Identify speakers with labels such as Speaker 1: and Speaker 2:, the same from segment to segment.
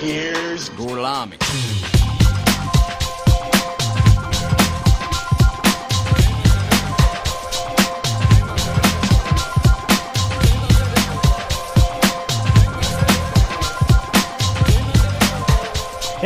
Speaker 1: Here's Gulami.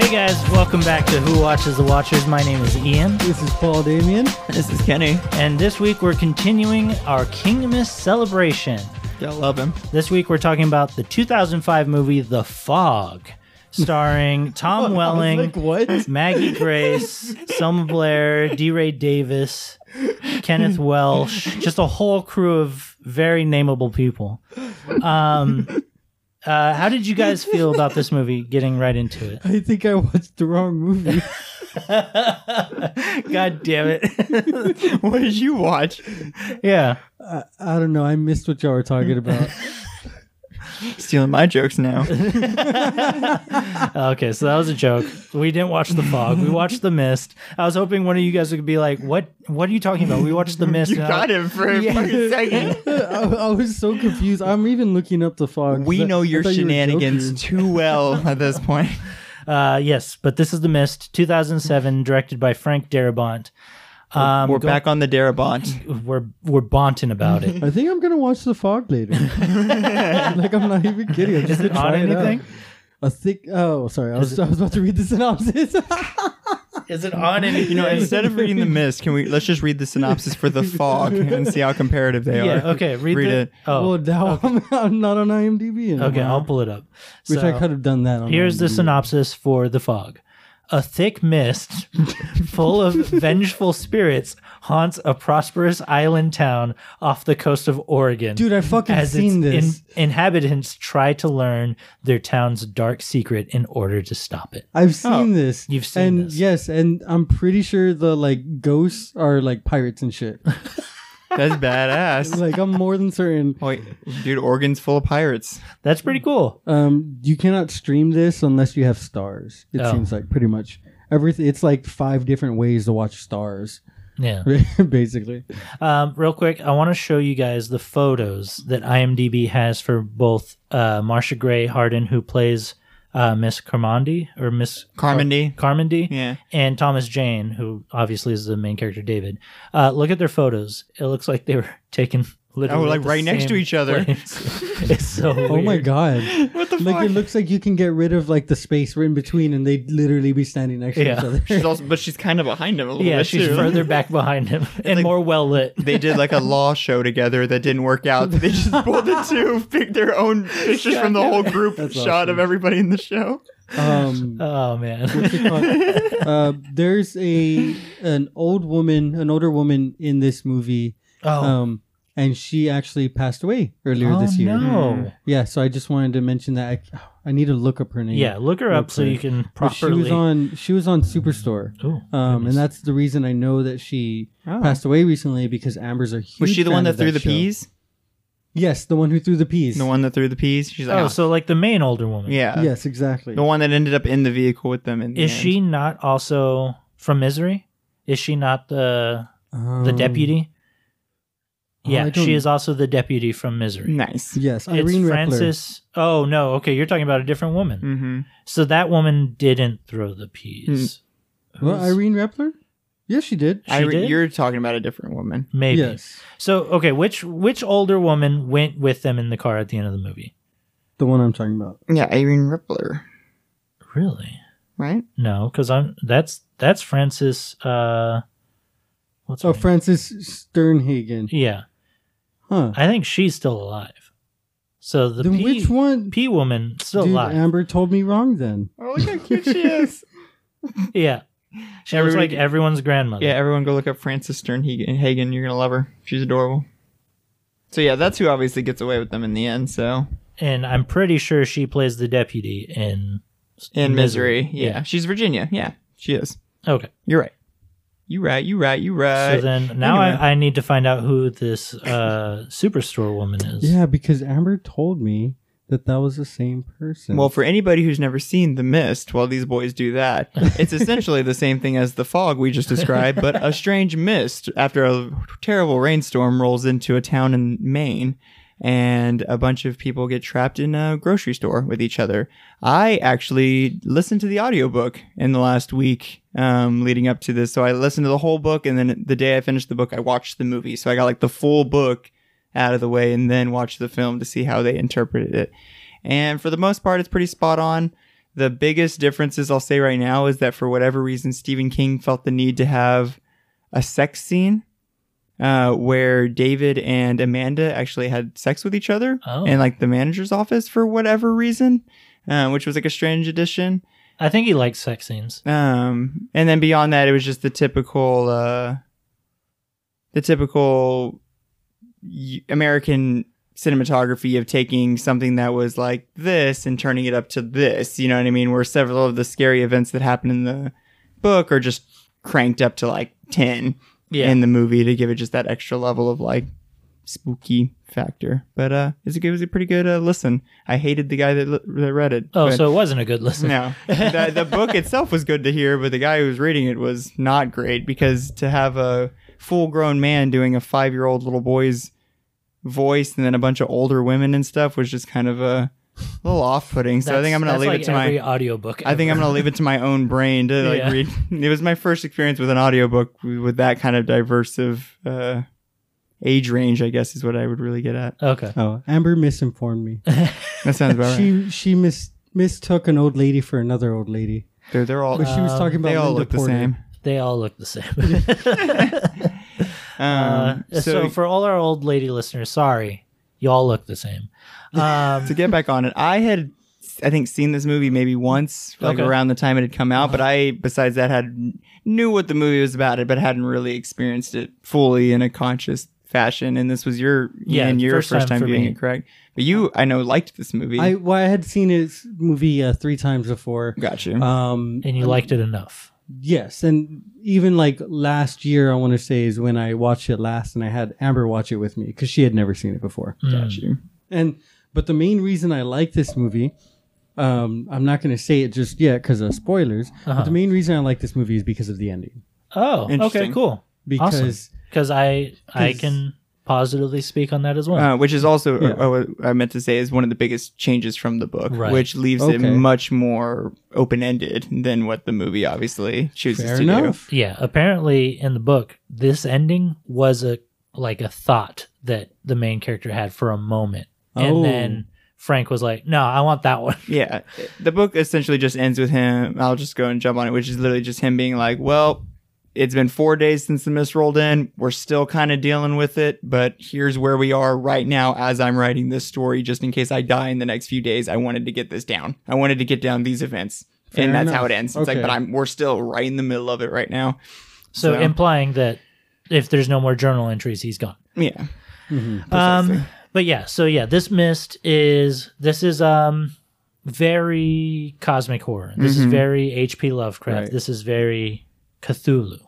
Speaker 2: Hey guys, welcome back to Who Watches the Watchers. My name is Ian,
Speaker 3: This is Paul Damien.
Speaker 4: This is Kenny.
Speaker 2: and this week we're continuing our Kingmas celebration.
Speaker 4: Y'all love him.
Speaker 2: This week we're talking about the 2005 movie The Fog, starring Tom Welling,
Speaker 3: Oh, Like, what?
Speaker 2: Maggie Grace, Selma Blair, D. Ray Davis, Kenneth Welsh, just a whole crew of very nameable people. Um, uh, how did you guys feel about this movie? Getting right into it.
Speaker 3: I think I watched the wrong movie.
Speaker 2: God damn it!
Speaker 4: What did you watch?
Speaker 2: yeah,
Speaker 3: I, I don't know. I missed what y'all were talking about.
Speaker 4: Stealing my jokes now.
Speaker 2: Okay, so that was a joke. We didn't watch The Fog. We watched The Mist. I was hoping one of you guys would be like, "What? What are you talking about? We watched The Mist."
Speaker 4: You
Speaker 2: And I-
Speaker 4: got him for a
Speaker 2: Yeah.
Speaker 4: fucking second.
Speaker 3: I, I was so confused. I'm even looking up the fog.
Speaker 4: We
Speaker 3: I-
Speaker 4: know
Speaker 3: I
Speaker 4: your
Speaker 3: thought you were
Speaker 4: shenanigans
Speaker 3: joking.
Speaker 4: too well at this point.
Speaker 2: Uh, yes, but this is The Mist, 2007, directed by Frank Darabont. Um,
Speaker 4: We're
Speaker 2: go-
Speaker 4: back on the Darabont.
Speaker 2: We're we're bonting about it.
Speaker 3: I think I'm gonna watch the fog later. like I'm not even kidding. I'm just
Speaker 2: Is it
Speaker 3: gonna
Speaker 2: on
Speaker 3: try out.
Speaker 2: anything?
Speaker 3: I think. Oh, sorry. I was, I was about to read the synopsis.
Speaker 2: Is it on anything?
Speaker 4: You know, instead of reading the mist, can we let's just read the synopsis for the fog and see how comparative they
Speaker 2: yeah,
Speaker 4: are.
Speaker 2: okay, read,
Speaker 4: Read
Speaker 2: the-
Speaker 4: it.
Speaker 2: Oh,
Speaker 3: well, now I'm, I'm not on IMDb anymore.
Speaker 2: okay, I'll pull it up.
Speaker 3: Which I
Speaker 2: So-
Speaker 3: could have done that. On
Speaker 2: Here's the
Speaker 3: IMDb.
Speaker 2: synopsis for The Fog. A thick mist full of vengeful spirits haunts a prosperous island town off the coast of Oregon.
Speaker 3: Dude, I fucking
Speaker 2: as its
Speaker 3: seen this.
Speaker 2: in- inhabitants try to learn their town's dark secret in order to stop it.
Speaker 3: I've seen this.
Speaker 2: Oh, You've seen
Speaker 3: and
Speaker 2: this.
Speaker 3: Yes, and I'm pretty sure the like ghosts are like pirates and shit.
Speaker 4: That's badass.
Speaker 3: like I'm more than certain.
Speaker 4: Wait, dude, Oregon's full of pirates.
Speaker 2: That's pretty cool.
Speaker 3: Um, you cannot stream this unless you have stars. It
Speaker 2: Oh.
Speaker 3: seems like pretty much everything. It's like five different ways to watch stars,
Speaker 2: Yeah.
Speaker 3: basically.
Speaker 2: Um, real quick, I want to show you guys the photos that IMDb has for both uh, Marsha Gray Harden, who plays uh, Miss Carmondi or Miss
Speaker 4: Carmody.
Speaker 2: Carmondi.
Speaker 4: Yeah.
Speaker 2: and Thomas Jane, who obviously is the main character, David. Uh, look at their photos. It looks like they were taken literally
Speaker 4: Oh, like
Speaker 2: at the
Speaker 4: right next to
Speaker 2: same
Speaker 4: each other.
Speaker 2: place. it's so.
Speaker 3: Oh my god!
Speaker 4: What the
Speaker 3: Like it looks like you can get rid of like the space right in between, and they'd literally be standing next
Speaker 2: Yeah.
Speaker 3: to each
Speaker 4: She's
Speaker 3: other.
Speaker 4: also, but she's kind of behind him a little
Speaker 2: Yeah,
Speaker 4: bit
Speaker 2: she's
Speaker 4: too.
Speaker 2: further back behind him and
Speaker 4: like-
Speaker 2: more well lit.
Speaker 4: they did like a law show together that didn't work out. They just pulled the two, picked their own pictures from the whole group
Speaker 3: That's
Speaker 4: shot
Speaker 3: awesome.
Speaker 4: of everybody in the show.
Speaker 3: Um,
Speaker 2: Oh man.
Speaker 3: what's it called? uh, there's a an old woman, an older woman in this movie
Speaker 2: Oh
Speaker 3: Um, and she actually passed away earlier
Speaker 2: Oh,
Speaker 3: this year.
Speaker 2: No.
Speaker 3: Yeah, so I just wanted to mention that. I, I need to look up her name.
Speaker 2: Yeah, look her up so
Speaker 3: Okay.
Speaker 2: you can
Speaker 3: But
Speaker 2: properly.
Speaker 3: She was on. She was on Superstore.
Speaker 2: Ooh,
Speaker 3: Um,
Speaker 2: goodness.
Speaker 3: and that's the reason I know that she passed away recently because Amber's a huge.
Speaker 4: Oh. Was she the
Speaker 3: fan
Speaker 4: one that
Speaker 3: of
Speaker 4: threw the
Speaker 3: show.
Speaker 4: peas?
Speaker 3: Yes, the one who threw the peas.
Speaker 4: The one that threw the peas? She's like,
Speaker 2: oh,
Speaker 4: "Ah,
Speaker 2: so like the main older woman.
Speaker 4: yeah.
Speaker 3: Yes, exactly.
Speaker 4: The one that ended up in the vehicle with them. In the
Speaker 2: Is
Speaker 4: end.
Speaker 2: she not also from Misery? Is she not the the
Speaker 3: Um,
Speaker 2: deputy?
Speaker 3: oh,
Speaker 2: Yeah,
Speaker 3: I don't-
Speaker 2: she is also the deputy from Misery.
Speaker 4: Nice.
Speaker 3: Yes,
Speaker 2: it's
Speaker 3: Irene Francis.
Speaker 2: Francis. Oh no, okay, you're talking about a different woman.
Speaker 3: Mm.
Speaker 4: hmm
Speaker 2: So that woman didn't throw the peas.
Speaker 3: Mm. Well,
Speaker 2: Who's-
Speaker 3: Irene Repler. Yes, she did.
Speaker 2: She did?
Speaker 4: You're talking about a different woman.
Speaker 2: Maybe.
Speaker 3: Yes,
Speaker 2: So okay, which which older woman went with them in the car at the end of the movie?
Speaker 3: the one I'm talking about.
Speaker 4: Yeah, Irene Rippler,
Speaker 2: Really?
Speaker 4: right?
Speaker 2: No, because I'm that's that's Francis. Uh, what's her
Speaker 3: Oh,
Speaker 2: name?
Speaker 3: Francis Sternhagen.
Speaker 2: Yeah,
Speaker 3: Huh.
Speaker 2: I think she's still alive. So the
Speaker 3: then
Speaker 2: P,
Speaker 3: which one?
Speaker 2: P woman still
Speaker 3: Dude,
Speaker 2: alive.
Speaker 3: Amber told me wrong then.
Speaker 4: Oh, look how cute she is.
Speaker 2: yeah, she was
Speaker 4: Everybody
Speaker 2: like
Speaker 4: get-
Speaker 2: everyone's grandmother.
Speaker 4: Yeah, everyone go look up Frances Sternhagen. Hagen, You're going to love her. She's adorable. So, yeah, that's who obviously gets away with them in the end. So,
Speaker 2: and I'm pretty sure she plays the deputy in
Speaker 4: in misery. Yeah.
Speaker 2: Yeah.
Speaker 4: she's Virginia. Yeah, she is.
Speaker 2: Okay.
Speaker 4: You're right. You right. You right. You right.
Speaker 2: So then now
Speaker 4: Uh, anyway.
Speaker 2: I, I need to find out who this uh, superstore woman is.
Speaker 3: Yeah, because Amber told me that that was the same person.
Speaker 4: well, for anybody who's never seen The Mist, while these boys do that, it's essentially the same thing as the fog we just described, but a strange mist after a terrible rainstorm rolls into a town in Maine, and a bunch of people get trapped in a grocery store with each other. I actually listened to the audiobook in the last week um, leading up to this. So I listened to the whole book, and then the day I finished the book, I watched the movie. So I got like the full book out of the way and then watched the film to see how they interpreted it. And for the most part, it's pretty spot on. The biggest differences I'll say right now is that for whatever reason, Stephen King felt the need to have a sex scene uh, where David and Amanda actually had sex with each other
Speaker 2: Oh.
Speaker 4: in like the manager's office for whatever reason, uh, which was like a strange addition.
Speaker 2: I think he likes sex scenes.
Speaker 4: Um, and then beyond that, it was just the typical, uh, the typical y- American cinematography of taking something that was like this and turning it up to this. You know what I mean? Where several of the scary events that happen in the book are just cranked up to like ten
Speaker 2: Yeah.
Speaker 4: in the movie to give it just that extra level of like spooky factor. But uh, it's a good, it was a pretty good uh, listen. I hated the guy that, l- that read it.
Speaker 2: oh,
Speaker 4: but-
Speaker 2: so it wasn't a good listen.
Speaker 4: no, the, the book itself was good to hear, but the guy who was reading it was not great because to have a full-grown man doing a five-year-old little boy's voice and then a bunch of older women and stuff was just kind of a little off-putting. So I think I'm gonna
Speaker 2: That's-
Speaker 4: leave
Speaker 2: that's
Speaker 4: it to
Speaker 2: like every
Speaker 4: my.
Speaker 2: audiobook.
Speaker 4: I think I'm gonna leave it to my own brain to like
Speaker 2: Yeah.
Speaker 4: read. It was my first experience with an audiobook with that kind of diverse of uh, age range. I guess is what I would really get at.
Speaker 2: gonna. Okay.
Speaker 3: Oh, Amber misinformed me.
Speaker 4: That sounds about right.
Speaker 3: She she mis- mistook an old lady for another old lady.
Speaker 4: They're, they're all
Speaker 3: But she was
Speaker 2: Um,
Speaker 3: talking about
Speaker 4: they all
Speaker 3: Linda
Speaker 4: look the
Speaker 3: Porter.
Speaker 4: same.
Speaker 2: They all look the same.
Speaker 4: Um,
Speaker 2: uh, so, for all our old lady listeners, sorry, y'all look the same. Um,
Speaker 4: to get back on it, I had I think seen this movie maybe once, like
Speaker 2: Okay. Uh-huh.
Speaker 4: around the time it had come out. But I, besides that, had knew what the movie was about, it, but hadn't really experienced it fully in a conscious fashion. And this was your
Speaker 2: Yeah,
Speaker 4: and your
Speaker 2: first
Speaker 4: first,
Speaker 2: time
Speaker 4: time,
Speaker 2: for
Speaker 4: viewing
Speaker 2: me.
Speaker 4: it, correct? But you, I know, liked this movie.
Speaker 3: I well, I had seen his movie uh, three times before.
Speaker 4: got you.
Speaker 2: Uh,
Speaker 3: Um,
Speaker 2: and you liked it enough.
Speaker 3: yes, and even like last year, I want to say is when I watched it last, and I had Amber watch it with me because she had never seen it before.
Speaker 4: got you.
Speaker 3: And but the main reason I like this movie, um, I'm not going to say it just yet because of spoilers.
Speaker 2: Uh-huh.
Speaker 3: But the main reason I like this movie is because of the ending.
Speaker 2: Oh, okay,
Speaker 4: Interesting.
Speaker 2: cool.
Speaker 3: Because
Speaker 2: Because I I
Speaker 3: 'Cause-
Speaker 2: can positively speak on that as well.
Speaker 4: Uh, which is also
Speaker 3: Yeah.
Speaker 4: uh, what I meant to say is one of the biggest changes from the book,
Speaker 2: Right.
Speaker 4: which leaves it
Speaker 3: Okay.
Speaker 4: much more open ended than what the movie obviously chooses
Speaker 3: fair
Speaker 4: to do.
Speaker 3: enough.
Speaker 2: yeah, apparently in the book, this ending was a like a thought that the main character had for a moment,
Speaker 3: Oh.
Speaker 2: and then Frank was like, "No, I want that one."
Speaker 4: Yeah, the book essentially just ends with him. I'll just go and jump on it, which is literally just him being like, "Well, it's been four days since the mist rolled in. We're still kind of dealing with it, but here's where we are right now as I'm writing this story. Just in case I die in the next few days, I wanted to get this down. I wanted to get down these events,
Speaker 3: Fair
Speaker 4: and that's
Speaker 3: enough.
Speaker 4: how it ends. It's
Speaker 3: Okay.
Speaker 4: like, but I'm we're still right in the middle of it right now.
Speaker 2: So,
Speaker 4: So-
Speaker 2: implying that if there's no more journal entries, he's gone.
Speaker 4: Yeah,
Speaker 3: Mhm.
Speaker 2: Um,
Speaker 4: Precisely.
Speaker 2: but yeah, so yeah, this mist is this is um very cosmic horror. This is
Speaker 4: Mhm.
Speaker 2: very H.P. Lovecraft.
Speaker 3: Right.
Speaker 2: This is very Cthulhu.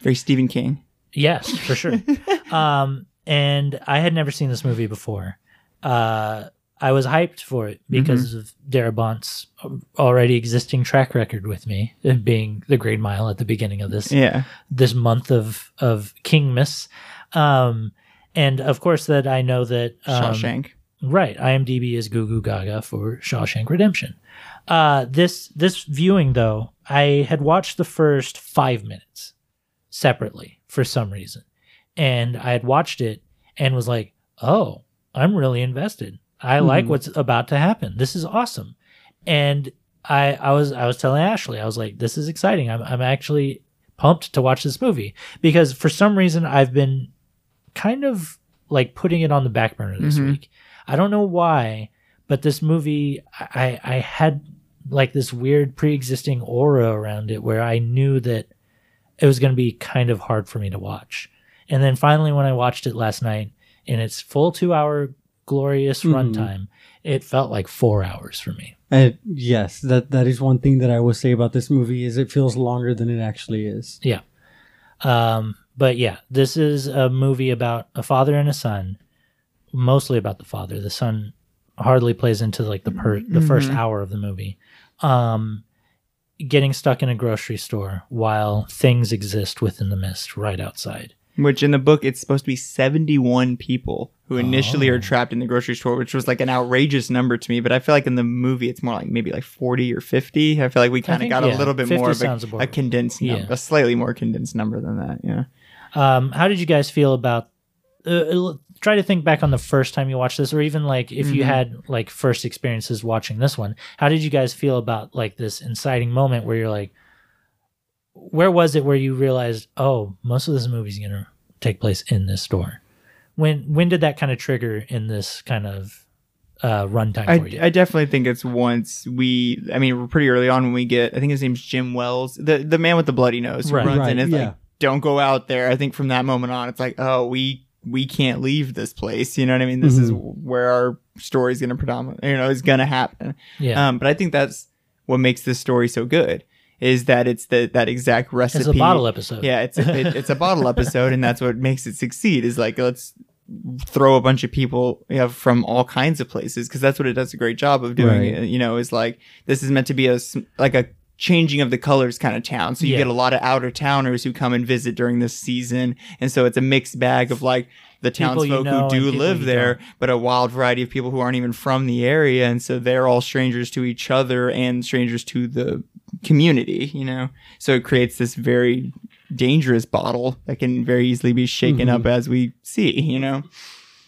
Speaker 4: very Stephen King.
Speaker 2: Yes, for sure. um, and I had never seen this movie before. Uh, I was hyped for it
Speaker 4: Mm-hmm.
Speaker 2: because of Darabont's already existing track record with me, it being the Great Mile at the beginning of this
Speaker 4: Yeah,
Speaker 2: this month of of Kingmas, um, and of course that I know that um,
Speaker 4: Shawshank.
Speaker 2: Right. IMDb is Goo Goo Gaga for Shawshank Redemption. Uh, this this viewing though, I had watched the first five minutes separately for some reason, and I had watched it and was like, "Oh, I'm really invested. I like
Speaker 3: Mhm.
Speaker 2: what's about to happen. This is awesome." And I I was I was telling Ashley, I was like, "This is exciting. I'm I'm actually pumped to watch this movie because for some reason I've been kind of like putting it on the back burner this
Speaker 4: Mhm.
Speaker 2: week. I don't know why, but this movie I I had like this weird pre-existing aura around it where I knew that it was going to be kind of hard for me to watch. And then finally when I watched it last night in its full 2-hour glorious
Speaker 3: Mhm.
Speaker 2: runtime, it felt like 4 hours for me.
Speaker 3: Uh, yes, that that is one thing that I will say about this movie is it feels longer than it actually is.
Speaker 2: Um, but yeah, this is a movie about a father and a son, mostly about the father. The son hardly plays into like the per- the first
Speaker 4: Mhm.
Speaker 2: hour of the movie. Um, getting stuck in a grocery store while things exist within the mist right outside.
Speaker 4: which in the book it's supposed to be 71 people who initially are trapped in the grocery store, which was like an outrageous number to me. But I feel like in the movie it's more like maybe like 40 or 50. I feel like we kind of
Speaker 2: think,
Speaker 4: got
Speaker 2: yeah,
Speaker 4: a little bit
Speaker 2: 50
Speaker 4: more of
Speaker 2: sounds
Speaker 4: a,
Speaker 2: about
Speaker 4: a condensed, num-
Speaker 2: Yeah.
Speaker 4: a slightly more condensed number than that. Yeah.
Speaker 2: Um, how did you guys feel about? Uh, l- try to think back on the first time you watched this, or even like if
Speaker 4: Mm-hmm.
Speaker 2: you had like first experiences watching this one. How did you guys feel about like this inciting moment where you're like, where was it where you realized, oh, most of this movie's gonna take place in this store? When when did that kind of trigger in this kind of uh, runtime for you?
Speaker 4: I, I definitely think it's once we, I mean, we're pretty early on when we get, I think his name's Jim Wells, the the man with the bloody nose who
Speaker 2: Right.
Speaker 4: runs
Speaker 3: Right,
Speaker 4: in. It's
Speaker 3: yeah.
Speaker 4: like, don't go out there. I think from that moment on, it's like, oh, we we can't leave this place. You know what I mean? This is
Speaker 3: Mm-hmm.
Speaker 4: where our story's going to predominate, you know, is going to happen.
Speaker 2: yeah,
Speaker 4: Um, but I think that's what makes this story so good is that it's the, that exact recipe.
Speaker 2: it's a bottle episode.
Speaker 4: Yeah, it's a, it, it's a bottle episode, and that's what makes it succeed. Is like let's throw a bunch of people you know, from all kinds of places because that's what it does a great job of doing.
Speaker 3: Right.
Speaker 4: You know, is like this is meant to be a s- like a changing of the colors kind of town. So you
Speaker 2: Yeah.
Speaker 4: get a lot of outer towners who come and visit during this season, and so it's a mixed bag of like the
Speaker 2: People you
Speaker 4: townsfolk
Speaker 2: know
Speaker 4: who do
Speaker 2: and people
Speaker 4: live
Speaker 2: you
Speaker 4: there, but a wild variety of people who aren't even from the area, and so they're all strangers to each other and strangers to the community. You know, so it creates this very dangerous bottle that can very easily be shaken
Speaker 2: Mm-hmm.
Speaker 4: up as we see. You know,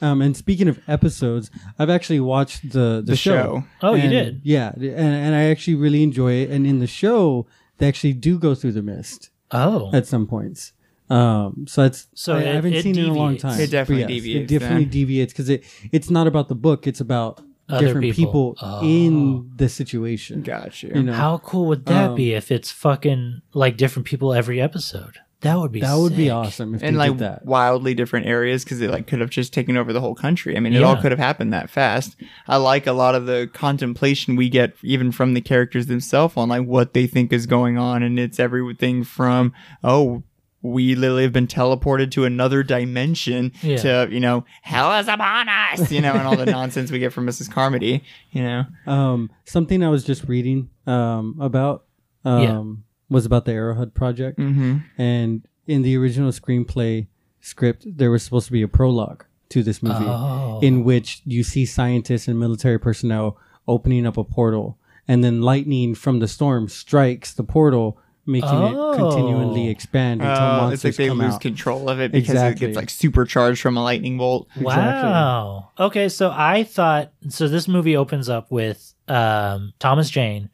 Speaker 3: Um, and speaking of episodes, I've actually watched the the,
Speaker 4: The show.
Speaker 2: Oh, you
Speaker 3: And-
Speaker 2: did?
Speaker 3: Yeah, and, and I actually really enjoy it. And in the show, they actually do go through the mist
Speaker 2: Oh,
Speaker 3: at some points. Um, so that's
Speaker 2: So
Speaker 3: I, I
Speaker 2: it-
Speaker 3: haven't
Speaker 2: it
Speaker 3: seen it in a long
Speaker 2: deviates.
Speaker 3: time.
Speaker 4: It definitely
Speaker 3: But
Speaker 4: deviates
Speaker 3: It definitely
Speaker 4: then.
Speaker 3: deviates because it it's not about the book. It's about
Speaker 2: Other
Speaker 3: different
Speaker 2: people.
Speaker 3: people,
Speaker 2: Oh.
Speaker 3: in the situation.
Speaker 4: got you.
Speaker 3: You know,
Speaker 2: How cool would that
Speaker 3: Um,
Speaker 2: be if it's fucking like different people every episode? That would be
Speaker 3: that would be
Speaker 2: sick.
Speaker 3: awesome if
Speaker 4: and
Speaker 3: they
Speaker 4: like
Speaker 3: did that.
Speaker 4: wildly different areas because it like could have just taken over the whole country. I mean, it
Speaker 2: Yeah.
Speaker 4: all could have happened that fast. I like a lot of the contemplation we get even from the characters themselves on like what they think is going on, and it's everything from oh. We literally have been teleported to another dimension
Speaker 2: Yeah.
Speaker 4: to, you know, hell is upon us, you know, and all the nonsense we get from Mrs. Carmody, you know.
Speaker 3: Um, something I was just reading um, about um,
Speaker 2: Yeah.
Speaker 3: was about the Arrowhead project,
Speaker 4: Mm-hmm.
Speaker 3: and in the original screenplay script, there was supposed to be a prologue to this movie
Speaker 2: Oh.
Speaker 3: in which you see scientists and military personnel opening up a portal, and then lightning from the storm strikes the portal, making
Speaker 2: Oh.
Speaker 3: it continually expand until
Speaker 4: Uh, it's
Speaker 3: monsters
Speaker 4: like they
Speaker 3: come
Speaker 4: lose
Speaker 3: out.
Speaker 4: control of it because
Speaker 3: Exactly.
Speaker 4: it gets like supercharged from a lightning bolt.
Speaker 2: Wow. Okay, so I thought so this movie opens up with um Thomas Jane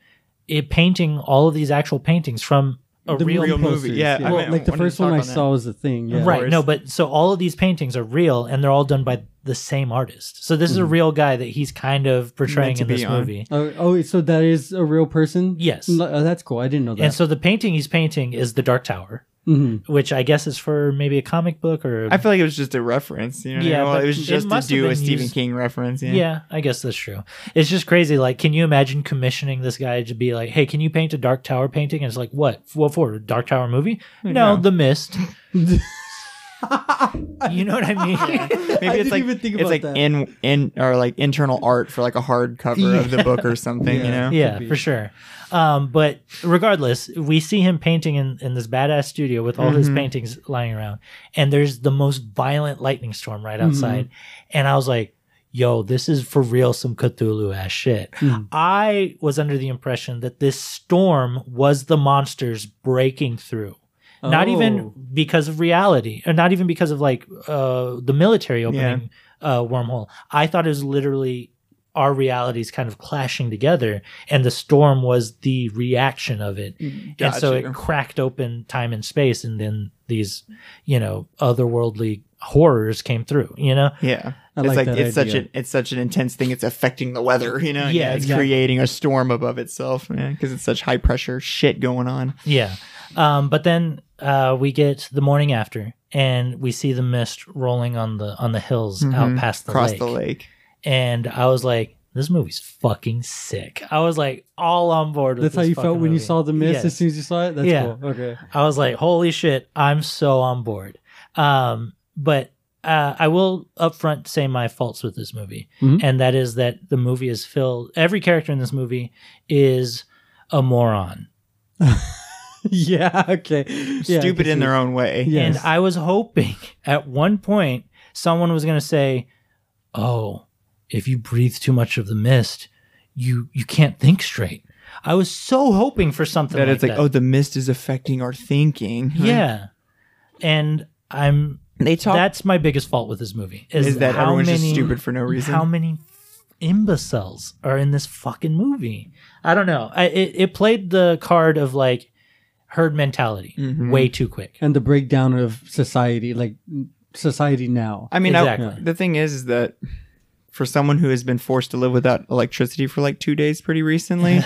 Speaker 2: it painting all of these actual paintings from a
Speaker 3: The
Speaker 2: real,
Speaker 4: real
Speaker 3: posters,
Speaker 4: movie, yeah, I
Speaker 3: Well,
Speaker 4: meant-
Speaker 3: like the
Speaker 4: wanted to
Speaker 3: first one
Speaker 4: talk
Speaker 3: I
Speaker 4: on that.
Speaker 3: saw was the thing. Yeah.
Speaker 2: Right. No,
Speaker 4: course.
Speaker 2: but so all of these paintings are real and they're all done by the same artist. So this is a
Speaker 3: Hmm.
Speaker 2: real guy that he's kind of portraying
Speaker 4: to
Speaker 2: in this
Speaker 4: be on.
Speaker 2: movie.
Speaker 3: Oh, oh, so that is a real person?
Speaker 2: Yes.
Speaker 3: L- oh, that's cool. I didn't know that.
Speaker 2: And so the painting he's painting is the Dark Tower,
Speaker 3: Mhm.
Speaker 2: which I guess is for maybe a comic book or
Speaker 4: I feel like it was just a reference, you know.
Speaker 2: Yeah,
Speaker 4: Yeah, well,
Speaker 2: but
Speaker 4: it was
Speaker 2: it
Speaker 4: just to
Speaker 2: must have
Speaker 4: do
Speaker 2: been
Speaker 4: a Stephen
Speaker 2: used-
Speaker 4: King reference. Yeah.
Speaker 2: Yeah. I guess that's true. It's just crazy. Like, can you imagine commissioning this guy to be like, "Hey, can you paint a Dark Tower painting?" And it's like, "What? What for? A Dark Tower movie? No,
Speaker 4: No.
Speaker 2: The Mist." you know what I mean?
Speaker 4: Maybe
Speaker 3: I
Speaker 4: it's
Speaker 3: didn't
Speaker 4: like
Speaker 3: even think
Speaker 4: it's
Speaker 3: about
Speaker 4: like
Speaker 3: that.
Speaker 4: in in or like internal art for like a hard cover of the book or something, you know.
Speaker 2: yeah, for sure. Um, but regardless, we see him painting in, in this badass studio with all his paintings lying around, and there's the most violent lightning storm right outside, and I was like. Yo, this is for real some Cthulhu ass shit.
Speaker 3: Mm-hmm.
Speaker 2: I was under the impression that this storm was the monsters breaking through. Not even
Speaker 3: Oh.
Speaker 2: because of reality, or not even because of like uh, the military opening uh, wormhole. I thought it was literally our realities kind of clashing together, and the storm was the reaction of it. And so
Speaker 4: Gotcha.
Speaker 2: it cracked open time and space, and then these, you know, otherworldly horrors came through, you know?
Speaker 4: Yeah.
Speaker 3: I
Speaker 4: it's
Speaker 3: like
Speaker 4: like,
Speaker 3: that
Speaker 4: it's such
Speaker 3: idea.
Speaker 4: an it's such an intense thing. It's affecting the weather, you know. Yeah,
Speaker 2: Yeah,
Speaker 4: it's
Speaker 2: exactly.
Speaker 4: creating a storm above itself, man, because it's such high pressure shit going on.
Speaker 2: Yeah. Um, but then uh, we get the morning after and we see the mist rolling on the on the hills out past the
Speaker 4: Mm-hmm. across
Speaker 2: lake.
Speaker 4: the lake.
Speaker 2: And I was like, this movie's fucking sick. I was like all on board with
Speaker 3: That's how
Speaker 2: this
Speaker 3: you felt
Speaker 2: fucking
Speaker 3: when you
Speaker 2: movie.
Speaker 3: saw the mist
Speaker 2: Yes.
Speaker 3: as soon as you saw it? That's
Speaker 2: Yeah.
Speaker 3: cool. Okay.
Speaker 2: I was like, holy shit, I'm so on board. Um, but uh, I will upfront say my faults with this movie,
Speaker 3: Mhm.
Speaker 2: and that is that the movie is filled. Every character in this movie is a moron.
Speaker 3: yeah. Okay. Yeah, I
Speaker 4: stupid
Speaker 3: can
Speaker 4: in
Speaker 3: see
Speaker 4: their own way.
Speaker 3: Yeah. Yes.
Speaker 2: And I was hoping at one point someone was going to say, "Oh, if you breathe too much of the mist, you you can't think straight." I was so hoping for something
Speaker 4: That
Speaker 2: like
Speaker 4: it's like,
Speaker 2: that.
Speaker 4: oh, the mist is affecting our thinking.
Speaker 2: yeah. And I'm
Speaker 4: They talk
Speaker 2: that's my biggest fault with this movie is,
Speaker 4: is that
Speaker 2: how
Speaker 4: everyone's
Speaker 2: many,
Speaker 4: just stupid for no reason.
Speaker 2: How many imbeciles are in this fucking movie? I don't know. I, it it played the card of like herd mentality
Speaker 4: Mhm.
Speaker 2: way too quick.
Speaker 3: And the breakdown of society, like society now.
Speaker 4: I mean, I,
Speaker 2: Exactly.
Speaker 4: the thing is, is that for someone who has been forced to live without electricity for like two days pretty recently,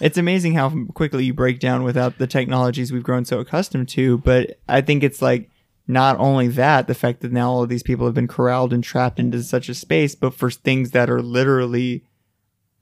Speaker 4: it's amazing how quickly you break down without the technologies we've grown so accustomed to. But I think it's like not only that, the fact that now all of these people have been corralled and trapped into such a space, but for things that are literally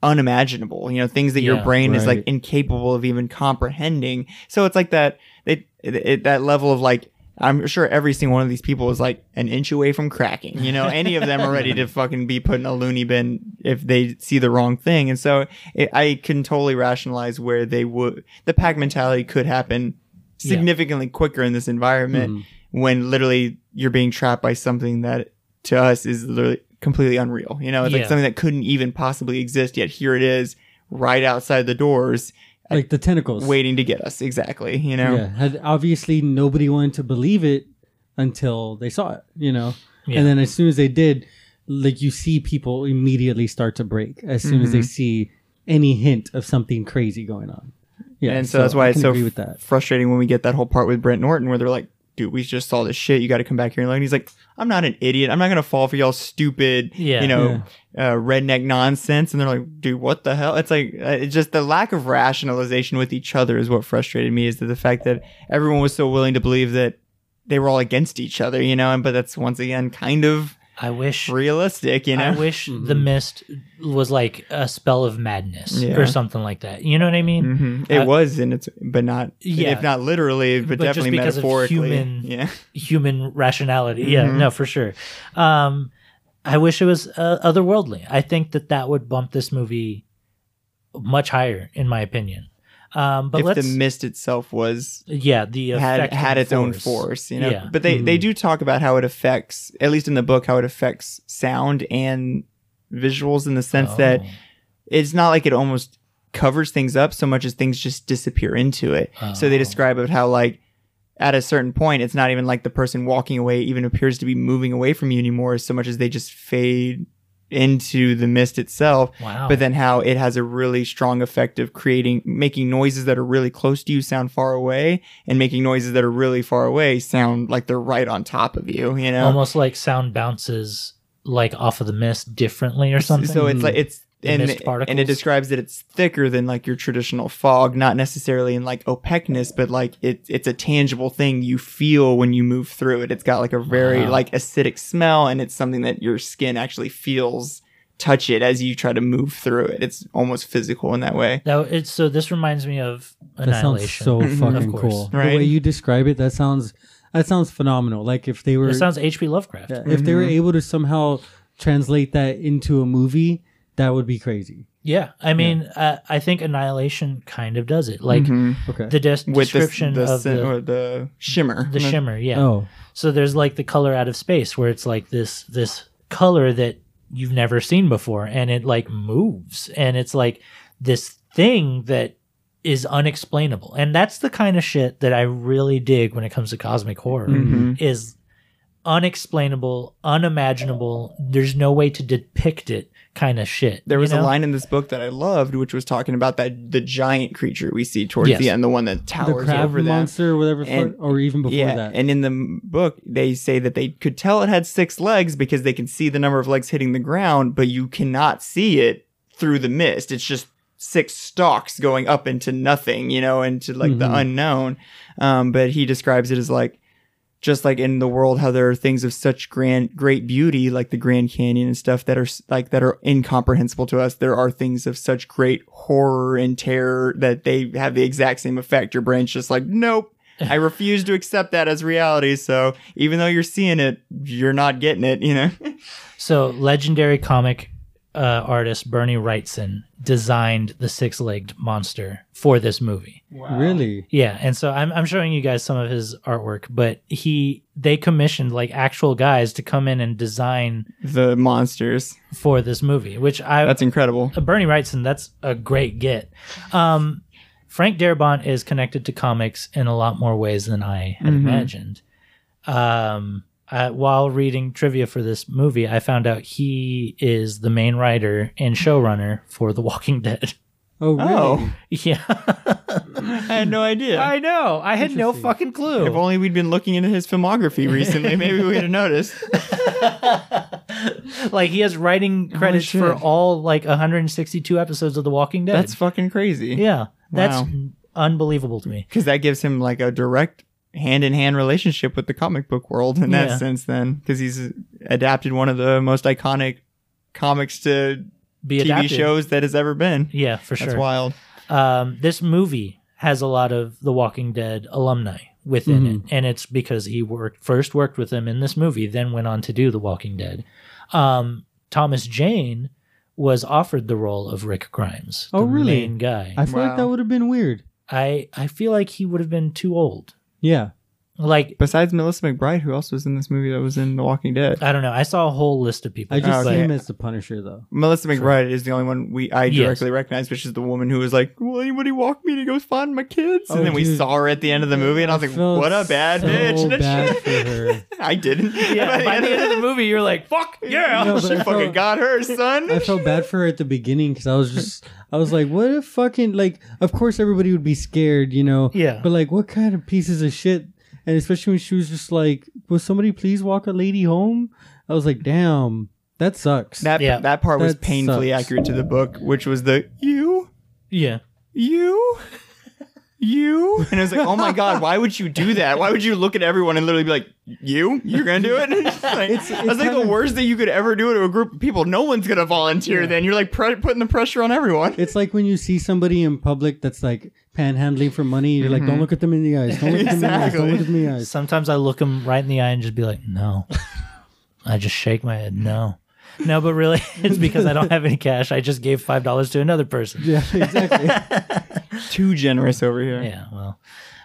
Speaker 4: unimaginable, you know, things that your
Speaker 2: Yeah,
Speaker 4: brain is like
Speaker 3: right.
Speaker 4: incapable of even comprehending. So it's like that, it, it, it, that level of like, I'm sure every single one of these people is like an inch away from cracking. You know, any of them are ready to fucking be put in a loony bin if they see the wrong thing. And so it, I can totally rationalize where they would the pack mentality could
Speaker 2: Yeah.
Speaker 4: happen
Speaker 2: Mm-hmm.
Speaker 4: significantly quicker in this environment when literally you're being trapped by something that to us is literally completely unreal. You know, it's like
Speaker 2: Yeah.
Speaker 4: something that couldn't even possibly exist yet here it is right outside the doors
Speaker 3: like the tentacles.
Speaker 4: waiting to get us. Exactly, you know.
Speaker 3: Yeah. Had obviously nobody wanted to believe it until they saw it, you know.
Speaker 2: Yeah.
Speaker 3: And then as soon as they did, like you see people immediately start to break as soon as they see any hint of something crazy going on. Yeah.
Speaker 4: and so, that's why
Speaker 3: I
Speaker 4: it's
Speaker 3: can
Speaker 4: so
Speaker 3: agree with that.
Speaker 4: frustrating when we get that whole part with Brent Norton where they're like, dude, we just saw this shit. You got to come back here and learn. He's like, I'm not an idiot. I'm not going to fall for y'all stupid,
Speaker 2: Yeah.
Speaker 4: you know, Uh, redneck nonsense. And they're like, dude, what the hell? It's like, uh, it's just the lack of rationalization with each other is what frustrated me is that the fact that everyone was so willing to believe that they were all against each other, you know, and but that's once again kind of
Speaker 2: I wish
Speaker 4: realistic, you know?
Speaker 2: I wish the
Speaker 3: Mm-hmm.
Speaker 2: mist was like a spell of madness
Speaker 4: Yeah.
Speaker 2: or something like that. You know what I mean?
Speaker 4: Mhm. It
Speaker 2: I-
Speaker 4: was, and it's, but not,
Speaker 2: Yeah.
Speaker 4: if not literally, but,
Speaker 2: But just
Speaker 4: definitely
Speaker 2: because of
Speaker 4: metaphorically.
Speaker 2: human-
Speaker 4: yeah.
Speaker 2: Human rationality.
Speaker 4: Mm-hmm.
Speaker 2: Yeah, no, for sure. Um, I wish it was uh, otherworldly. I think that that would bump this movie much higher, in my opinion. Um, but
Speaker 4: if
Speaker 2: let's,
Speaker 4: the mist itself was
Speaker 2: yeah, the
Speaker 4: had
Speaker 2: affecting
Speaker 4: had its own force, you know.
Speaker 2: Yeah.
Speaker 4: But they they do talk about how it affects, at least in the book, how it affects sound and visuals in the sense that
Speaker 2: Oh.
Speaker 4: it's not like it almost covers things up so much as things just disappear into it. So they
Speaker 2: Oh.
Speaker 4: describe it how like at a certain point it's not even like the person walking away even appears to be moving away from you anymore so much as they just fade into the mist itself
Speaker 2: Wow.
Speaker 4: but then how it has a really strong effect of creating making noises that are really close to you sound far away and making noises that are really far away sound like they're right on top of you you know
Speaker 2: almost like sound bounces like off of the mist differently or something.
Speaker 4: so it's like it's
Speaker 2: The
Speaker 4: and,
Speaker 2: mist
Speaker 4: and it
Speaker 2: particles.
Speaker 4: describes that it's thicker than like your traditional fog not necessarily in like opaqueness but like it, it's a tangible thing you feel when you move through it it's got like a very
Speaker 2: Wow.
Speaker 4: like acidic smell and it's something that your skin actually feels touch it as you try to move through it it's almost physical in that way
Speaker 2: that, it's so this reminds me of
Speaker 3: That sounds
Speaker 2: Annihilation.
Speaker 3: so
Speaker 4: Mhm.
Speaker 3: fucking
Speaker 2: Of course.
Speaker 3: cool. The
Speaker 4: Right?
Speaker 3: way you describe it, that sounds that sounds phenomenal. Like if they were
Speaker 2: it sounds H.P. Lovecraft.
Speaker 3: Yeah, if they were
Speaker 4: Mhm.
Speaker 3: able to somehow translate that into a movie, that would be crazy.
Speaker 2: Yeah, I mean, I, I think Annihilation kind of does it, like
Speaker 4: Mhm.
Speaker 3: Okay.
Speaker 2: the des-
Speaker 4: with the,
Speaker 2: description
Speaker 4: the,
Speaker 2: of
Speaker 4: sin-
Speaker 2: the,
Speaker 4: or the shimmer.
Speaker 2: the shimmer. Yeah.
Speaker 3: Oh,
Speaker 2: So there's like the color out of space, where it's like this this color that you've never seen before, and it like moves, and it's like this thing that is unexplainable, and that's the kind of shit that I really dig when it comes to cosmic horror.
Speaker 4: Mhm.
Speaker 2: Is unexplainable, unimaginable. There's no way to depict it, kind of shit.
Speaker 4: There
Speaker 2: you
Speaker 4: was a
Speaker 2: know?
Speaker 4: line in this book that I loved, which was talking about that the giant creature we see towards
Speaker 2: Yes.
Speaker 4: the end, the one that
Speaker 3: the
Speaker 4: towers
Speaker 3: crab
Speaker 4: over them.
Speaker 3: monster, or whatever,
Speaker 4: And-
Speaker 3: or even before
Speaker 4: yeah,
Speaker 3: that.
Speaker 4: and in the m- book they say that they could tell it had six legs because they can see the number of legs hitting the ground, but you cannot see it through the mist. It's just six stalks going up into nothing, you know, into like the
Speaker 3: Mhm.
Speaker 4: unknown. Um, but he describes it as like just like in the world how there are things of such grand great beauty like the grand canyon and stuff that are s- like that are incomprehensible to us there are things of such great horror and terror that they have the exact same effect your brain's just like nope i refuse to accept that as reality so even though you're seeing it you're not getting it you know
Speaker 2: So legendary comic uh, artist Bernie Wrightson designed the six-legged monster for this movie.
Speaker 3: Really?
Speaker 2: Yeah, and so I'm I'm showing you guys some of his artwork, but he they commissioned like actual guys to come in and design
Speaker 4: The monsters.
Speaker 2: for this movie, which I
Speaker 4: That's incredible.
Speaker 2: Uh, Bernie Wrightson, that's a great get. Um, Frank Darabont is connected to comics in a lot more ways than I had imagined. Um, uh, while reading trivia for this movie, I found out he is the main writer and showrunner for The Walking Dead.
Speaker 3: Oh, really?
Speaker 4: Oh,
Speaker 2: yeah,
Speaker 4: I had no idea.
Speaker 2: I know. I had no
Speaker 3: Interesting.
Speaker 2: fucking
Speaker 4: if
Speaker 2: clue.
Speaker 4: only we'd been looking into his filmography recently, maybe we'd have noticed.
Speaker 2: Like he has writing credits for
Speaker 4: shit.
Speaker 2: all like 162 episodes of The Walking Dead.
Speaker 4: That's fucking crazy.
Speaker 2: yeah, that's
Speaker 4: Wow.
Speaker 2: unbelievable to me.
Speaker 4: because that gives him like a direct hand-in-hand relationship with the comic book world in that
Speaker 2: Yeah.
Speaker 4: sense then because he's adapted one of the most iconic comics to
Speaker 2: Be
Speaker 4: tv
Speaker 2: adapted.
Speaker 4: shows that has ever been
Speaker 2: Yeah, for sure.
Speaker 4: that's wild
Speaker 2: um, this movie has a lot of The Walking Dead alumni within
Speaker 3: Mm-hmm.
Speaker 2: it, and it's because he worked first worked with them in this movie, then went on to do The Walking Dead. Um, Thomas Jane was offered the role of Rick Grimes,
Speaker 3: Oh,
Speaker 2: the
Speaker 3: really?
Speaker 2: main guy.
Speaker 3: I feel like that
Speaker 4: Wow.
Speaker 3: would have been weird.
Speaker 2: I I feel like he would have been too old.
Speaker 3: Yeah.
Speaker 2: Like
Speaker 4: besides melissa mcbride who else was in this movie that was in the walking dead
Speaker 2: I don't know. I saw a whole list of people.
Speaker 3: I just
Speaker 4: Oh, Okay.
Speaker 3: see him as the Punisher, though.
Speaker 4: melissa mcbride is the only one we i
Speaker 2: Yes.
Speaker 4: directly recognize which is the woman who was like will anybody walk me to go find my kids and
Speaker 3: Oh,
Speaker 4: then we
Speaker 3: dude.
Speaker 4: saw her at the end of the movie and i was like
Speaker 3: Felt
Speaker 4: what a bad
Speaker 3: so
Speaker 4: bitch And
Speaker 3: bad
Speaker 4: then
Speaker 3: for her.
Speaker 4: she- i didn't
Speaker 2: yeah, by the end of the movie, you're like, "Fuck yeah!"
Speaker 3: No, but
Speaker 4: she
Speaker 3: I
Speaker 4: fucking
Speaker 3: felt-
Speaker 4: got her son
Speaker 3: I felt bad for her at the beginning because I was just, I was like, what if fucking, like, of course everybody would be scared, you know?
Speaker 2: Yeah.
Speaker 3: But, like, what kind of pieces of shit? And especially when she was just like, will somebody please walk a lady home? I was like, damn, that sucks.
Speaker 4: That
Speaker 2: Yeah.
Speaker 4: that part was
Speaker 3: That
Speaker 4: painfully
Speaker 3: sucks.
Speaker 4: accurate to the book, which was the you,
Speaker 2: Yeah,
Speaker 4: you, you, and it was like, oh my god, why would you do that? Why would you look at everyone and literally be like, you, you're gonna do it? It's like,
Speaker 3: It's-
Speaker 4: that's
Speaker 3: it's
Speaker 4: like the
Speaker 3: kinda-
Speaker 4: worst thing you could ever do to a group of people. No one's gonna volunteer. Then you're like pre- putting the pressure on everyone.
Speaker 3: It's like when you see somebody in public that's like panhandling for money, you're like, don't look at them in the eyes. Don't look at them in the eyes. Don't
Speaker 4: Exactly.
Speaker 3: look at them in the eyes.
Speaker 2: Sometimes I look him right in the eye and just be like, no. I just shake my head, no. No, but really, it's because I don't have any cash. I just gave $5 to another person.
Speaker 3: Yeah, exactly.
Speaker 4: Too generous over here,
Speaker 2: Yeah, well,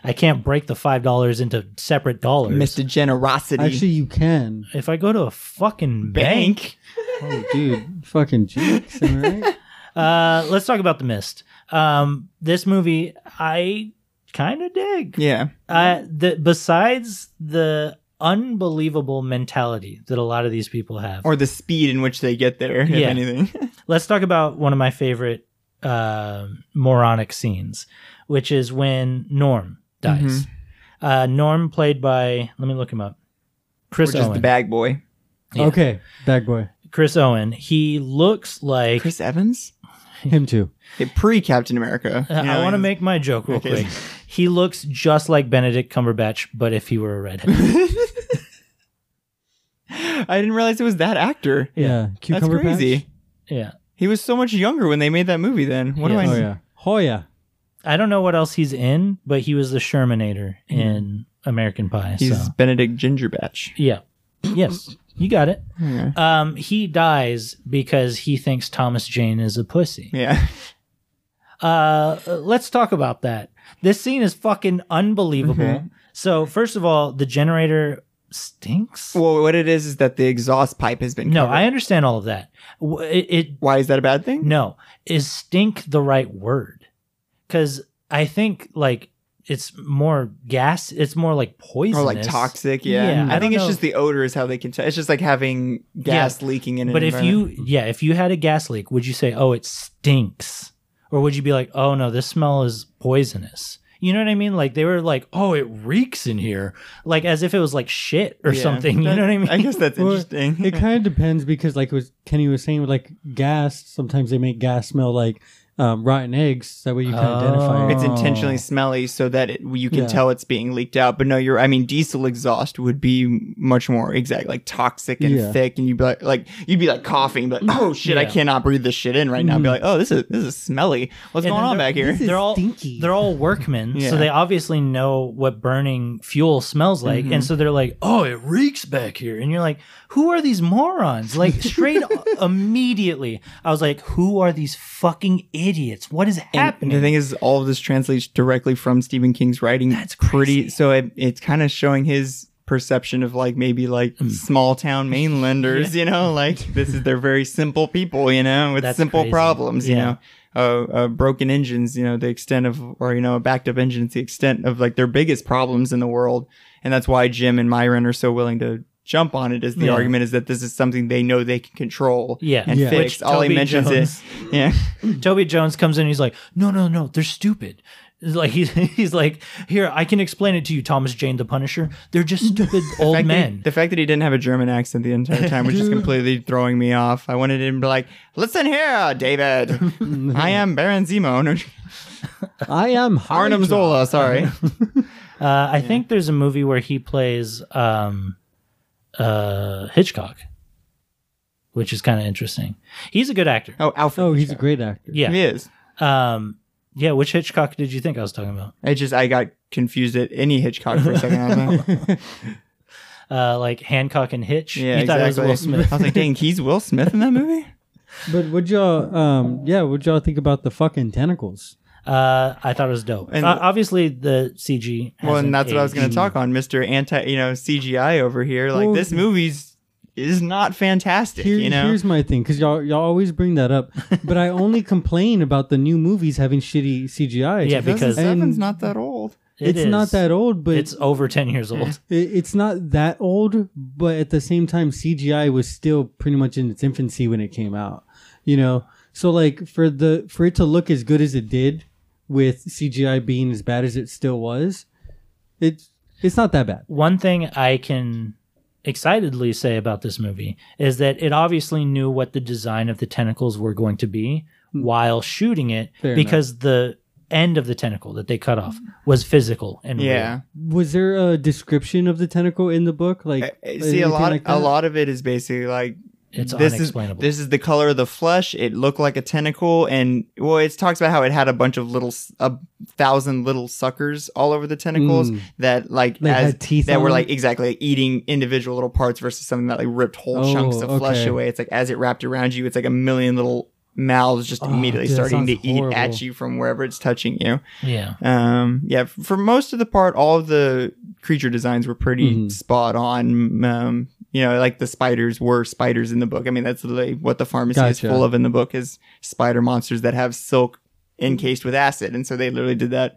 Speaker 2: I can't break the $5 into separate dollars.
Speaker 4: Mr. Generosity.
Speaker 3: Actually, you can.
Speaker 2: If I go to a fucking bank,
Speaker 4: Bank.
Speaker 3: Oh, dude, fucking cheeks, am I right?
Speaker 2: Uh, let's talk about The Mist. Um, this movie, I kind of dig.
Speaker 4: Yeah,
Speaker 2: uh, the, besides the unbelievable mentality that a lot of these people have.
Speaker 4: or the speed in which they get there, if
Speaker 2: Yeah.
Speaker 4: anything.
Speaker 2: let's talk about one of my favorite uh, moronic scenes, which is when Norm dies.
Speaker 4: Mm-hmm.
Speaker 2: Uh, Norm, played by let me look him up, Chris
Speaker 4: which is the
Speaker 2: Owen.
Speaker 4: bag boy,
Speaker 2: Yeah.
Speaker 3: Okay, bag boy.
Speaker 2: Chris Owen. He looks like.
Speaker 4: Chris Evans,
Speaker 3: Him too.
Speaker 4: pre Captain America.
Speaker 2: Uh,
Speaker 4: You know,
Speaker 2: I want to
Speaker 4: he's-
Speaker 2: make my joke real
Speaker 4: Okay.
Speaker 2: quick. He looks just like Benedict Cumberbatch, but if he were a redhead.
Speaker 4: I didn't realize it was that actor.
Speaker 3: Yeah,
Speaker 4: That's
Speaker 3: cucumber
Speaker 4: crazy.
Speaker 3: patch.
Speaker 2: yeah.
Speaker 4: He was so much younger when they made that movie. Then what
Speaker 2: Yeah.
Speaker 4: do I?
Speaker 3: Oh
Speaker 4: know?
Speaker 3: yeah, oh yeah.
Speaker 2: I don't know what else he's in, but he was the Shermanator in American Pie.
Speaker 4: He's
Speaker 2: so.
Speaker 4: Benedict Gingerbatch.
Speaker 2: Yeah. Yes. You got it.
Speaker 4: Yeah.
Speaker 2: Um, he dies because he thinks Thomas Jane is a pussy.
Speaker 4: Yeah.
Speaker 2: Uh, let's talk about that. This scene is fucking unbelievable.
Speaker 4: Mhm.
Speaker 2: So, first of all, the generator stinks.
Speaker 4: Well, what it is is that the exhaust pipe has been.
Speaker 2: no,
Speaker 4: covered.
Speaker 2: I understand all of that. W- It, it
Speaker 4: Why is that a bad thing?
Speaker 2: no is stink the right word? Because I think like it's more gas. It's more like poisonous
Speaker 4: Or like toxic, yeah.
Speaker 2: Yeah,
Speaker 4: I,
Speaker 2: I don't
Speaker 4: think it's
Speaker 2: know.
Speaker 4: just the odor is how they can tell. It's just like having gas leaking in. An
Speaker 2: But if you yeah, if you had a gas leak, would you say, "Oh, it stinks," or would you be like, "Oh no, this smell is poisonous"? You know what I mean? Like they were like, "Oh, it reeks in here," like as if it was like shit or
Speaker 4: Yeah.
Speaker 2: something. You
Speaker 4: That-
Speaker 2: know what I mean?
Speaker 4: I guess that's
Speaker 3: Well,
Speaker 4: interesting.
Speaker 3: It kind of depends because, like, was Kenny was saying, with like gas. Sometimes they make gas smell like um, rotten eggs. That way you can identify
Speaker 2: Oh.
Speaker 3: it.
Speaker 4: It's intentionally smelly so that it, you can
Speaker 3: Yeah.
Speaker 4: tell it's being leaked out. But no, you're. I mean, diesel exhaust would be much more exact, like toxic and
Speaker 3: Yeah.
Speaker 4: thick, and you'd be like, like you'd be like coughing, but oh shit, I
Speaker 2: Yeah. Mm-hmm.
Speaker 4: cannot breathe this shit in right now. Be like, oh, this is this is smelly. What's
Speaker 2: And
Speaker 4: going
Speaker 2: then
Speaker 4: on
Speaker 2: there-
Speaker 4: back here?
Speaker 3: This is
Speaker 2: they're all
Speaker 3: stinky.
Speaker 2: they're all workmen, so
Speaker 4: Yeah.
Speaker 2: they obviously know what burning fuel smells like,
Speaker 4: Mm-hmm.
Speaker 2: and so they're like, "Oh, it reeks back here," and you're like, "Who are these morons?" Like straight immediately, I was like, "Who are these fucking idiots? What is
Speaker 4: And
Speaker 2: happening?"
Speaker 4: The thing is, all of this translates directly from Stephen King's writing.
Speaker 2: That's crazy.
Speaker 4: pretty. So it, it's kind of showing his perception of like maybe like
Speaker 2: Hmm.
Speaker 4: small town mainlanders, you know, like this is they're very simple people, you know, with
Speaker 2: That's
Speaker 4: simple
Speaker 2: crazy.
Speaker 4: problems, you
Speaker 2: Yeah.
Speaker 4: know. Uh, uh, broken engines, you know, the extent of, or, you know, a backed up engine, the extent of like their biggest problems in the world. And that's why Jim and Myron are so willing to jump on it is the
Speaker 2: Yeah.
Speaker 4: argument is that this is something they know they can control
Speaker 2: Yeah.
Speaker 4: and
Speaker 3: Yeah.
Speaker 4: fix.
Speaker 2: Which
Speaker 4: All he
Speaker 2: Toby
Speaker 4: mentions
Speaker 2: Jones-
Speaker 4: is, yeah.
Speaker 2: Toby Jones comes in. He's like, no, no, no, they're stupid. Like he's he's like, here, I can explain it to you, Thomas Jane the Punisher. They're just stupid old
Speaker 4: fact that-
Speaker 2: men.
Speaker 4: the fact that he didn't have a German accent the entire time was just completely throwing me off. I wanted him to be like, listen here, David. I am Baron Zemo.
Speaker 3: I am
Speaker 4: Arnim
Speaker 3: Hydra.
Speaker 4: Zola, sorry.
Speaker 2: Uh, I think there's a movie where he plays um, uh, Hitchcock, which is kind of interesting. He's a good actor.
Speaker 4: Oh, Alfred.
Speaker 3: Oh, he's a great actor.
Speaker 4: He
Speaker 2: Yeah.
Speaker 4: is.
Speaker 2: Um, yeah. Which Hitchcock did you think I was talking about?
Speaker 4: I just, I got confused at any Hitchcock for a second. I was like,
Speaker 2: Uh, like Hancock and Hitch.
Speaker 4: yeah,
Speaker 2: you
Speaker 4: exactly.
Speaker 2: thought it was Will Smith.
Speaker 4: I was like, dang, he's Will Smith in that movie?
Speaker 3: But would y'all, um, yeah, would y'all think about the fucking tentacles?
Speaker 2: Uh, I thought it was dope.
Speaker 4: And-
Speaker 2: uh, obviously, the CG.
Speaker 4: Well,
Speaker 2: hasn't
Speaker 4: and that's what I was
Speaker 2: aged.
Speaker 4: going to talk on, Mr. Anti, you know, CGI over here. Like,
Speaker 3: Well-
Speaker 4: this movie's is not fantastic,
Speaker 3: Here-
Speaker 4: you know?
Speaker 3: Here's my thing, because y'all y'all always bring that up, but I only complain about the new movies having shitty CGI.
Speaker 2: Yeah, because-
Speaker 4: 2007's
Speaker 3: And-
Speaker 4: not that old.
Speaker 2: It
Speaker 3: it's not
Speaker 2: is.
Speaker 3: that old, but
Speaker 2: It's over ten years old.
Speaker 3: It- It's not that old, but at the same time, CGI was still pretty much in its infancy when it came out. You know, so like for the for it to look as good as it did, with CGI being as bad as it still was, it's it's not that bad.
Speaker 2: one thing I can excitedly say about this movie is that it obviously knew what the design of the tentacles were going to be
Speaker 4: Hmm.
Speaker 2: while shooting it
Speaker 3: Fair
Speaker 2: because the end of the tentacle that they cut off was physical and
Speaker 4: Yeah.
Speaker 2: real.
Speaker 3: Was there a description of the tentacle in the book? Like,
Speaker 4: I- I Eh, see a
Speaker 3: anything
Speaker 4: lot
Speaker 3: like
Speaker 4: a
Speaker 3: that?
Speaker 4: lot of it is basically like
Speaker 2: It's unexplainable.
Speaker 4: Is, this is the color of the flesh. It looked like a tentacle, and well, it talks about how it had a bunch of little, s- a thousand little suckers all over the tentacles
Speaker 3: Mm.
Speaker 4: that like
Speaker 3: That
Speaker 4: as
Speaker 3: had teeth
Speaker 4: that
Speaker 3: on
Speaker 4: were
Speaker 3: them?
Speaker 4: like exactly like, eating individual little parts versus something that like ripped whole
Speaker 3: Oh,
Speaker 4: chunks of flesh
Speaker 3: okay.
Speaker 4: away. It's like as it wrapped around you, it's like a million little mouths just
Speaker 3: Oh,
Speaker 4: immediately
Speaker 3: dude, that
Speaker 4: starting to
Speaker 3: sounds
Speaker 4: eat
Speaker 3: horrible.
Speaker 4: at you from wherever it's touching you.
Speaker 2: Yeah.
Speaker 4: Um, yeah, f- for most of the part, all of the creature designs were pretty
Speaker 3: Mhm.
Speaker 4: spot on. Um, you know, like the spiders were spiders in the book. I mean, that's literally what the pharmacy is
Speaker 3: Gotcha.
Speaker 4: full of in the book is spider monsters that have silk encased with acid, and so they literally did that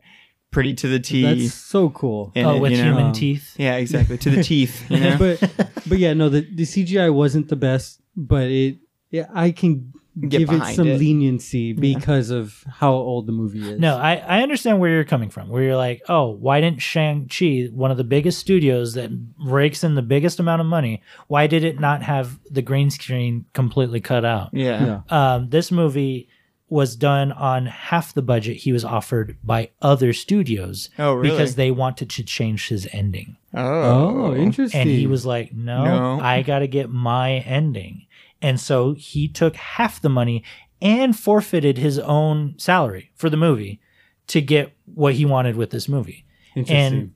Speaker 4: pretty to the T.
Speaker 3: That's so cool.
Speaker 4: in
Speaker 2: oh,
Speaker 4: it,
Speaker 2: with
Speaker 4: you know?
Speaker 2: human
Speaker 3: Um,
Speaker 2: teeth.
Speaker 4: Yeah, exactly to the teeth. You know?
Speaker 3: but but yeah, no, the, the CGI wasn't the best, but it yeah, I can
Speaker 4: Get
Speaker 3: give it
Speaker 4: behind
Speaker 3: some
Speaker 4: it.
Speaker 3: leniency because of how old the movie is.
Speaker 2: No, I, I understand where you're coming from, where you're like, oh, why didn't Shang-Chi, one of the biggest studios that rakes in the biggest amount of money, why did it not have the green screen completely cut out?
Speaker 4: yeah.
Speaker 3: Yeah.
Speaker 2: um, this movie was done on half the budget he was offered by other studios
Speaker 4: Oh, really?
Speaker 2: because they wanted to change his ending.
Speaker 4: oh,
Speaker 3: Oh, interesting.
Speaker 2: And he was like, no,
Speaker 4: No.
Speaker 2: I got to get my ending. And so he took half the money and forfeited his own salary for the movie to get what he wanted with this movie.
Speaker 3: Interesting.
Speaker 2: And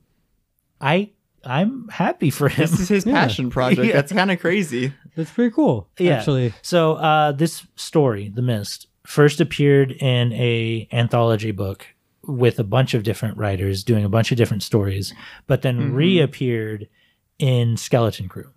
Speaker 2: I I'm happy for him.
Speaker 4: This is his passion project. That's kind of crazy.
Speaker 3: That's pretty cool.
Speaker 2: Yeah.
Speaker 3: Actually,
Speaker 2: So uh, this story, The Mist, first appeared in a anthology book with a bunch of different writers doing a bunch of different stories, but then
Speaker 4: Mm-hmm.
Speaker 2: reappeared in Skeleton Crew,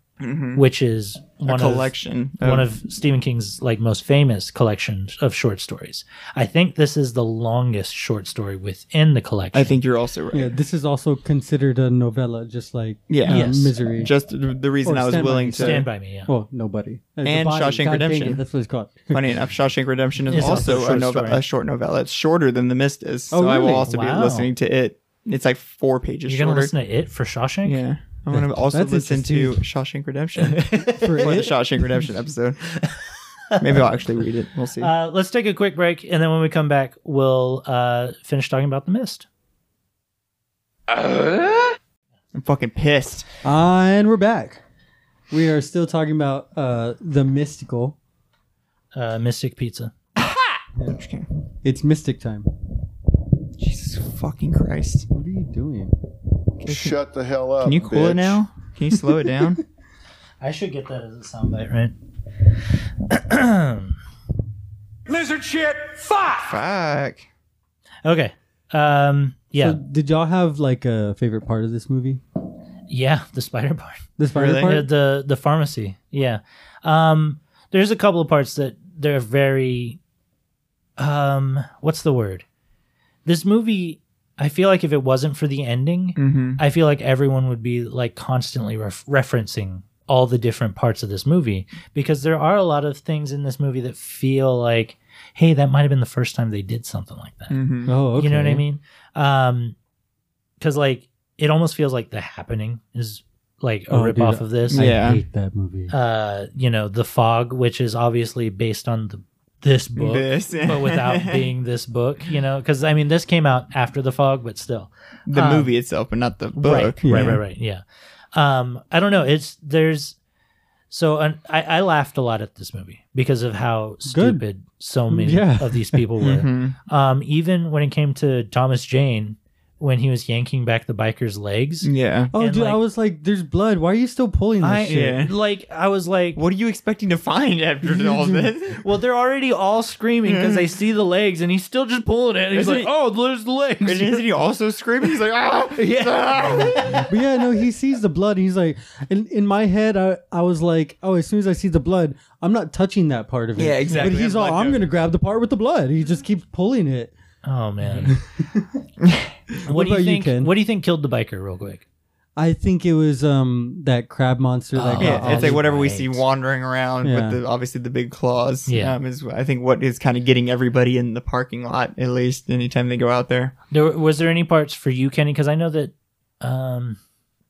Speaker 2: which is one
Speaker 4: Mm-hmm. A
Speaker 2: of
Speaker 4: collection.
Speaker 2: one of Stephen King's like most famous collection of short stories. I think this is the longest short story within the collection.
Speaker 4: I think you're also right.
Speaker 3: yeah, this is also considered a novella, just like
Speaker 4: Yeah.
Speaker 3: uh,
Speaker 2: Yes.
Speaker 3: Misery.
Speaker 4: Just th- the reason
Speaker 3: Or
Speaker 4: I was
Speaker 3: Stand By
Speaker 4: willing
Speaker 3: Me.
Speaker 4: to
Speaker 2: Stand by me, yeah.
Speaker 3: well, nobody. Uh, The
Speaker 4: And
Speaker 3: Body.
Speaker 4: Shawshank
Speaker 3: God dang
Speaker 4: Redemption.
Speaker 3: It, that's what it's called.
Speaker 4: Funny enough, Shawshank Redemption is
Speaker 2: It's also a
Speaker 4: also, a,
Speaker 2: short
Speaker 4: nova-
Speaker 2: story. Oh,
Speaker 4: a short novella. It's shorter than The Mist is, so I will
Speaker 3: really?
Speaker 4: also
Speaker 2: Wow.
Speaker 4: be listening to it. It's like four pages
Speaker 2: You're gonna
Speaker 4: shorter.
Speaker 2: listen to it for Shawshank?
Speaker 4: yeah, I'm gonna also
Speaker 3: That's
Speaker 4: listen to
Speaker 3: interesting.
Speaker 4: Shawshank Redemption for
Speaker 3: For
Speaker 4: the
Speaker 3: it,
Speaker 4: Shawshank Redemption episode. Maybe I'll actually read it. We'll see.
Speaker 2: Uh, let's take a quick break, and then when we come back, we'll uh, finish talking about the mist.
Speaker 4: I'm fucking pissed.
Speaker 3: and we're back. We are still talking about uh, the mystical.
Speaker 2: Uh, Mystic Pizza.
Speaker 4: Just kidding.
Speaker 3: It's mystic time.
Speaker 4: Jesus fucking Christ.
Speaker 3: What are you doing?
Speaker 1: Shut the hell up.
Speaker 4: Can you cool it
Speaker 1: bitch.
Speaker 4: now? Can you slow it down?
Speaker 2: I should get that as a soundbite, right?
Speaker 4: Fuck.
Speaker 2: Okay. Um, yeah.
Speaker 3: So did y'all have like a favorite part of this movie?
Speaker 2: yeah. The spider part.
Speaker 3: The spider
Speaker 4: Really?
Speaker 3: part.
Speaker 2: Yeah, the the pharmacy. Yeah. Um there's a couple of parts that they're very um what's the word? This movie I feel like if it wasn't for the ending,
Speaker 4: Mm-hmm.
Speaker 2: I feel like everyone would be like constantly ref- referencing all the different parts of this movie because there are a lot of things in this movie that feel like hey, that might have been the first time they did something like that.
Speaker 4: Mm-hmm.
Speaker 3: Oh, okay.
Speaker 2: You know what I mean? Um, because like it almost feels like the happening is like a
Speaker 3: Oh,
Speaker 2: rip
Speaker 3: dude,
Speaker 2: off of this.
Speaker 3: I
Speaker 4: Yeah.
Speaker 3: hate that movie.
Speaker 2: Uh, you know, the fog, which is obviously based on the this book,
Speaker 4: This.
Speaker 2: but without being this book. You know, because I mean, this came out after the fog, but still,
Speaker 4: the
Speaker 2: um,
Speaker 4: movie itself, but not the book.
Speaker 2: Right, right, right, right. Yeah. Um, I don't know. It's there's so an, I, I laughed a lot at this movie because of how stupid so many
Speaker 3: Yeah.
Speaker 2: of these people were.
Speaker 4: Mhm.
Speaker 2: Um, even when it came to Thomas Jane, when he was yanking back the biker's legs,
Speaker 4: Yeah.
Speaker 3: oh,
Speaker 2: and,
Speaker 3: dude, I
Speaker 2: like-
Speaker 3: was like, "There's blood. Why are you still pulling this
Speaker 2: I
Speaker 3: shit?"
Speaker 4: Yeah.
Speaker 2: like I was like,
Speaker 4: oh, What are you expecting to find after all this?
Speaker 2: well, they're already all screaming because they see the legs, and he's still just pulling it. And he's
Speaker 4: Isn't
Speaker 2: like,
Speaker 4: Mm-hmm. it-
Speaker 2: oh, there's the
Speaker 4: And
Speaker 2: legs.
Speaker 4: isn't he also screaming? He's like, ah!
Speaker 2: Yeah.
Speaker 3: But yeah, no, he sees the blood. And he's like, in, in my head, I, I was like, oh, as soon as I see the blood, I'm not touching that part of it.
Speaker 4: Yeah, exactly.
Speaker 3: But he's
Speaker 4: I'm
Speaker 3: all,
Speaker 4: like,
Speaker 3: I'm
Speaker 4: no.
Speaker 3: going to grab the part with the blood. He just keeps pulling it.
Speaker 2: oh man. what,
Speaker 3: What
Speaker 2: do
Speaker 3: about
Speaker 2: you
Speaker 3: you,
Speaker 2: think?
Speaker 3: Ken?
Speaker 2: what do you think killed the biker? Real quick.
Speaker 3: I think it was um that crab monster. That
Speaker 2: Oh,
Speaker 3: got
Speaker 4: yeah, it's
Speaker 3: Ollie.
Speaker 4: like whatever we
Speaker 2: right.
Speaker 4: see wandering around
Speaker 3: Yeah.
Speaker 4: with the obviously the big claws.
Speaker 2: Yeah.
Speaker 4: um, is I think what is kind of getting everybody in the parking lot at least anytime they go out there.
Speaker 2: There was there any parts for you, Kenny? Because I know that um,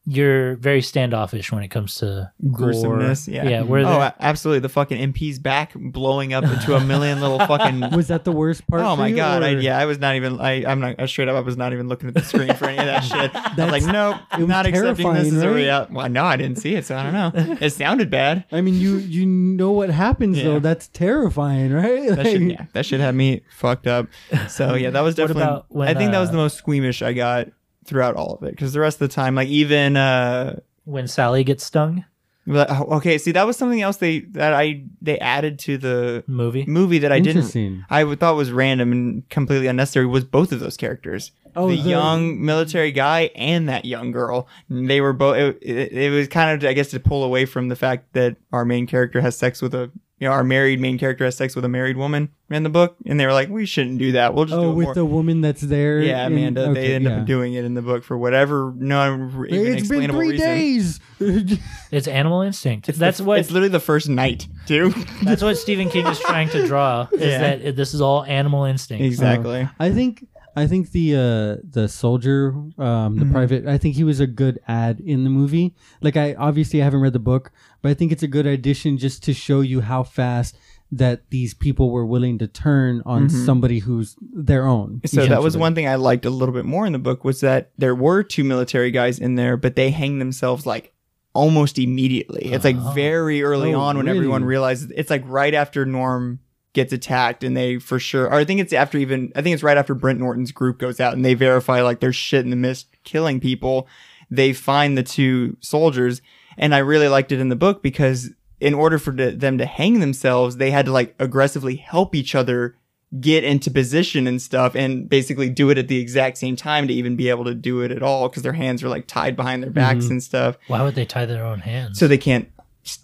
Speaker 2: you're very standoffish when it comes to gore.
Speaker 4: Gruesomeness, yeah.
Speaker 2: yeah. Where
Speaker 4: oh,
Speaker 2: there,
Speaker 4: a- absolutely! The fucking MP's back blowing up into a million little fucking.
Speaker 3: Was that the worst part?
Speaker 4: oh
Speaker 3: for
Speaker 4: my
Speaker 3: you,
Speaker 4: god! I,
Speaker 3: or-
Speaker 4: yeah, I was not even. I, I'm not. I straight up, I was not even looking at the screen for any of that shit. I was like,
Speaker 3: That's-
Speaker 4: nope,
Speaker 3: it was
Speaker 4: not accepting this
Speaker 3: terrifying,
Speaker 4: as a
Speaker 3: right?
Speaker 4: reality. Well, no, I didn't see it, so I don't know. It sounded bad.
Speaker 3: I mean, you you know what happens
Speaker 4: Yeah.
Speaker 3: though. That's terrifying, right?
Speaker 4: That should,
Speaker 3: Like,
Speaker 4: yeah, that should have me fucked up. So yeah, that was definitely.
Speaker 2: about when,
Speaker 4: I think that was
Speaker 2: uh,
Speaker 4: the most squeamish I got throughout all of it. Because the rest of the time, like even uh,
Speaker 2: when Sally gets stung,
Speaker 4: but- oh, okay, see that was something else they that I they added to the
Speaker 2: movie.
Speaker 4: movie that I didn't.
Speaker 3: Interesting.
Speaker 4: I would- thought was random and completely unnecessary was both of those characters.
Speaker 3: Oh,
Speaker 4: the,
Speaker 3: the-
Speaker 4: young military guy and that young girl. They were both. It, it, it was kind of, I guess, to pull away from the fact that our main character has sex with a, you know, our married main character has sex with a married woman in the book, and they were like, we shouldn't do that. We'll just do
Speaker 3: Oh,
Speaker 4: it
Speaker 3: with
Speaker 4: more.
Speaker 3: the woman that's there.
Speaker 4: yeah,
Speaker 3: in-
Speaker 4: Amanda.
Speaker 3: okay,
Speaker 4: they end
Speaker 3: yeah.
Speaker 4: up doing it in the book for whatever no even
Speaker 3: It's been
Speaker 4: explainable
Speaker 3: three
Speaker 4: reason.
Speaker 3: days.
Speaker 2: It's Animal Instinct.
Speaker 4: It's
Speaker 2: that's
Speaker 4: the-
Speaker 2: what
Speaker 4: It's literally the first night, too.
Speaker 3: Oh.
Speaker 2: That's what Stephen King is trying to draw is
Speaker 4: Yeah.
Speaker 2: that it- this is all animal instinct.
Speaker 4: exactly.
Speaker 3: I think I think the uh, the soldier, um, the
Speaker 4: Mm-hmm.
Speaker 3: private. I think he was a good ad in the movie. Like I obviously I haven't read the book, but I think it's a good addition just to show you how fast that these people were willing to turn on somebody who's their own.
Speaker 4: Mm-hmm. So that was
Speaker 3: essentially.
Speaker 4: one thing I liked a little bit more in the book was that there were two military guys in there, but they hang themselves like almost immediately. It's like very early
Speaker 3: Oh,
Speaker 4: on when everyone
Speaker 3: really?
Speaker 4: realizes it's like right after Norm gets attacked and they for sure or I think it's after even I think it's right after Brent Norton's group goes out and they verify like there's shit in the mist killing people. They find the two soldiers and I really liked it in the book because in order for the, them to hang themselves, they had to like aggressively help each other get into position and stuff and basically do it at the exact same time to even be able to do it at all because their hands are like tied behind their backs and stuff.
Speaker 2: Why would they tie their own hands?
Speaker 4: So they can't,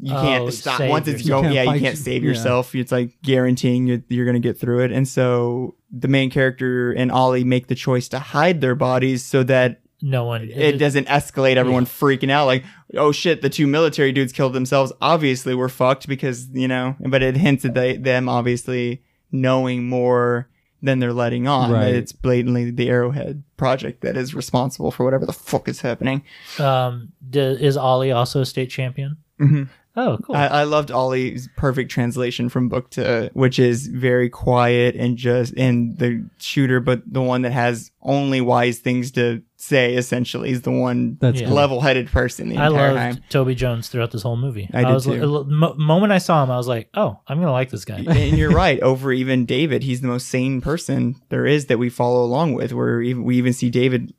Speaker 4: you
Speaker 2: Oh,
Speaker 4: can't stop
Speaker 2: save
Speaker 4: once it's
Speaker 2: yourself.
Speaker 4: going.
Speaker 3: You
Speaker 4: Yeah,
Speaker 3: can't
Speaker 4: you
Speaker 3: fight
Speaker 4: can't
Speaker 3: your-
Speaker 4: save
Speaker 3: yeah.
Speaker 4: yourself. It's like guaranteeing you're, you're going to get through it. And so the main character and Ollie make the choice to hide their bodies so that
Speaker 2: no one
Speaker 4: it doesn't escalate everyone freaking out like oh shit the two military dudes killed themselves obviously we're fucked because you know but it hints at they, them obviously knowing more than they're letting on that
Speaker 3: Right.
Speaker 4: it's blatantly the arrowhead project that is responsible for whatever the fuck is happening
Speaker 2: Um, d- is Ollie also a state champion?
Speaker 4: Mhm.
Speaker 2: Oh, cool.
Speaker 4: I, I loved Ollie's perfect translation from book to, which is very quiet and just and the shooter, but the one that has only wise things to say. Essentially, is the one
Speaker 3: That's
Speaker 2: Yeah.
Speaker 3: cool.
Speaker 4: level-headed person the
Speaker 2: I
Speaker 4: entire
Speaker 2: loved
Speaker 4: time.
Speaker 2: Toby Jones throughout this whole movie.
Speaker 4: I did
Speaker 2: was,
Speaker 4: too.
Speaker 2: l- mo- moment I saw him, I was like, oh, I'm gonna like this guy.
Speaker 4: and you're right. Over even David, he's the most sane person there is that we follow along with. Where even, we even see David.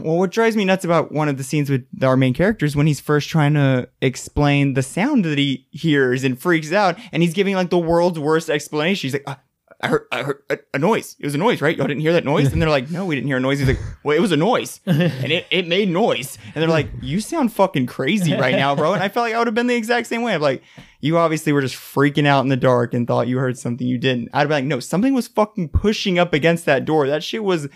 Speaker 4: Well, what drives me nuts about one of the scenes with our main characters when he's first trying to explain the sound that he hears and freaks out, and he's giving like the world's worst explanation. He's like, "Uh, "I heard, I heard a, a noise. It was a noise, right? Y'all didn't hear that noise?" And they're like, "No, we didn't hear a noise." He's like, "Well, it was a noise, and it, it made noise." And they're like, "You sound fucking crazy right now, bro." And I felt like I would have been the exact same way. I'm like, you obviously were just freaking out in the dark and thought you heard something you didn't. I'd be like, no, something was fucking pushing up against that door. That shit was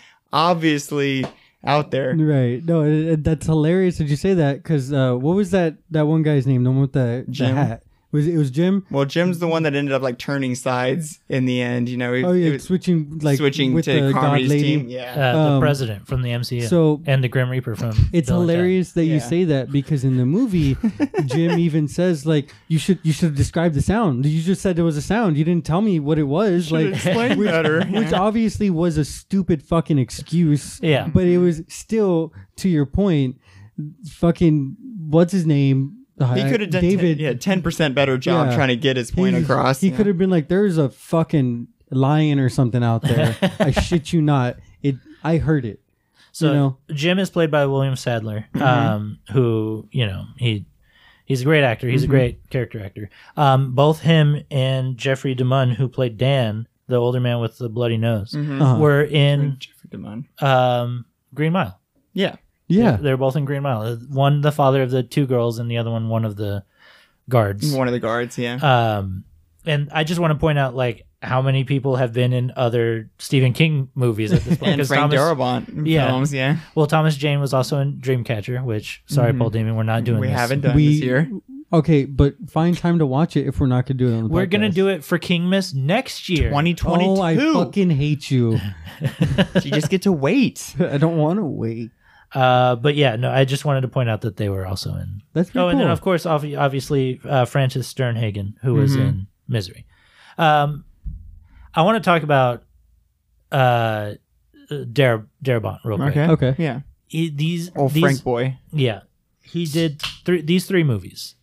Speaker 4: obviously out there.
Speaker 3: Right. No, it, it- that's hilarious. Did you say that? Because uh, what was that? That one guy's name? The one with the, the
Speaker 4: Jim?
Speaker 3: hat. Was it it was Jim?
Speaker 4: Well, Jim's the one that ended up like turning sides in the end. You know, he,
Speaker 3: Oh
Speaker 4: he
Speaker 3: yeah,
Speaker 4: was
Speaker 3: switching like
Speaker 4: switching
Speaker 3: with
Speaker 4: to
Speaker 3: the god
Speaker 4: Conrady's
Speaker 3: lady.
Speaker 4: team.
Speaker 2: Uh,
Speaker 4: Yeah.
Speaker 2: the
Speaker 3: Um,
Speaker 2: president from the MCU
Speaker 3: so-
Speaker 2: and the Grim Reaper from.
Speaker 3: It's
Speaker 2: Bill and Ted.
Speaker 3: hilarious that
Speaker 4: Yeah.
Speaker 3: you say that because in the movie, Jim even says like you should you should have described the sound. You just said there was a sound. You didn't tell me what it was. like
Speaker 4: explained
Speaker 3: which,
Speaker 4: better.
Speaker 3: which obviously was a stupid fucking excuse.
Speaker 2: Yeah.
Speaker 3: But it was still to your point. Fucking what's his name?
Speaker 4: He could have done
Speaker 3: uh, David.
Speaker 4: 10, yeah, 10% better job
Speaker 3: Yeah.
Speaker 4: trying to get his point
Speaker 3: He-
Speaker 4: across.
Speaker 3: He
Speaker 4: Yeah.
Speaker 3: could have been like, "There's a fucking lion or something out there." I shit you not. It. I heard it.
Speaker 2: So
Speaker 3: you know.
Speaker 2: Jim is played by William Sadler,
Speaker 4: Mm-hmm.
Speaker 2: um, who you know he he's a great actor. He's
Speaker 4: Mm-hmm.
Speaker 2: a great character actor. Um, both him and Jeffrey DeMunn, who played Dan, the older man with the bloody nose,
Speaker 4: Mm-hmm.
Speaker 3: Uh-huh.
Speaker 2: were in
Speaker 4: Jeffrey DeMunn.
Speaker 2: um, Green Mile.
Speaker 4: Yeah.
Speaker 3: yeah.
Speaker 2: they're both in Green Mile. Uh, One the father of the two girls, and the other one one of the guards.
Speaker 4: One of the guards. Yeah.
Speaker 2: Um, and I just want to point out like how many people have been in other Stephen King movies at this point.
Speaker 4: and
Speaker 2: 'cause
Speaker 4: Frank
Speaker 2: Thomas-
Speaker 4: Darabont
Speaker 2: Yeah.
Speaker 4: films. Yeah.
Speaker 2: Well, Thomas Jane was also in Dreamcatcher, which sorry, Paul Damon, we're not doing.
Speaker 4: Mm-hmm. We
Speaker 2: this.
Speaker 4: haven't done
Speaker 3: We-
Speaker 4: this year.
Speaker 3: Okay, but find time to watch it if we're not gonna do it. On the
Speaker 2: We're gonna
Speaker 3: podcast.
Speaker 2: do it for Kingmas next year.
Speaker 4: 2022.
Speaker 3: Oh, I fucking hate you.
Speaker 4: you just get to wait.
Speaker 3: I don't want to wait.
Speaker 2: Uh, but yeah, no, I just wanted to point out that they were also in.
Speaker 3: That's
Speaker 2: Oh,
Speaker 3: pretty
Speaker 2: and
Speaker 3: cool.
Speaker 2: then of course, obvi- obviously, uh, Francis Sternhagen, who was
Speaker 4: Mm-hmm.
Speaker 2: in Misery. Um, I want to talk about uh, Dar- Darabont real quick.
Speaker 4: Okay.
Speaker 3: Okay.
Speaker 4: Yeah.
Speaker 2: He- these,
Speaker 4: Oh,
Speaker 2: these,
Speaker 4: Frank Boy.
Speaker 2: yeah, he did three these three movies.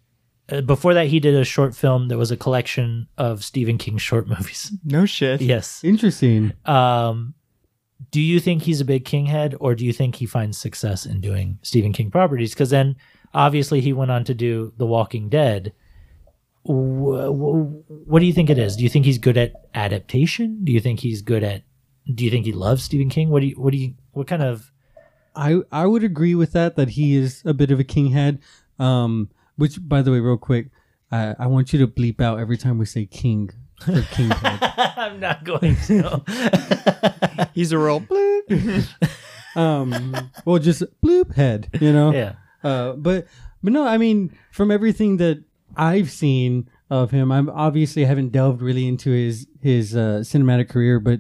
Speaker 2: Uh, before that, he did a short film that was a collection of Stephen King short movies.
Speaker 4: No shit.
Speaker 2: yes.
Speaker 3: Interesting.
Speaker 2: Um, do you think he's a big king head, or do you think he finds success in doing Stephen King properties? Because then, obviously, he went on to do The Walking Dead. Wh- wh- What do you think it is? Do you think he's good at adaptation? Do you think he's good at? Do you think he loves Stephen King? What do you? What do you? What kind of?
Speaker 3: I I would agree with that. That he is a bit of a king head. Um, which by the way, real quick, I, I want you to bleep out every time we say king for king head.
Speaker 2: I'm not going to.
Speaker 4: He's a real bloop.
Speaker 3: um well just bloop head you know
Speaker 2: yeah.
Speaker 3: uh but but no i mean from everything that i've seen of him i'm obviously haven't delved really into his his uh cinematic career but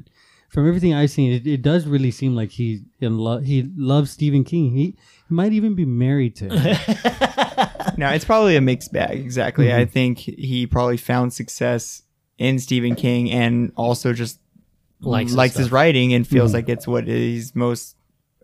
Speaker 3: from everything i've seen it, it does really seem like he in love he loves stephen king he, he might even be married to him.
Speaker 4: no, it's probably a mixed bag. Exactly. I
Speaker 2: Mm-hmm.
Speaker 4: think he probably found success in Stephen King and also just
Speaker 2: Likes
Speaker 4: likes,
Speaker 2: his
Speaker 4: his,
Speaker 2: stuff. Mm-hmm.
Speaker 4: writing and feels like it's what he's most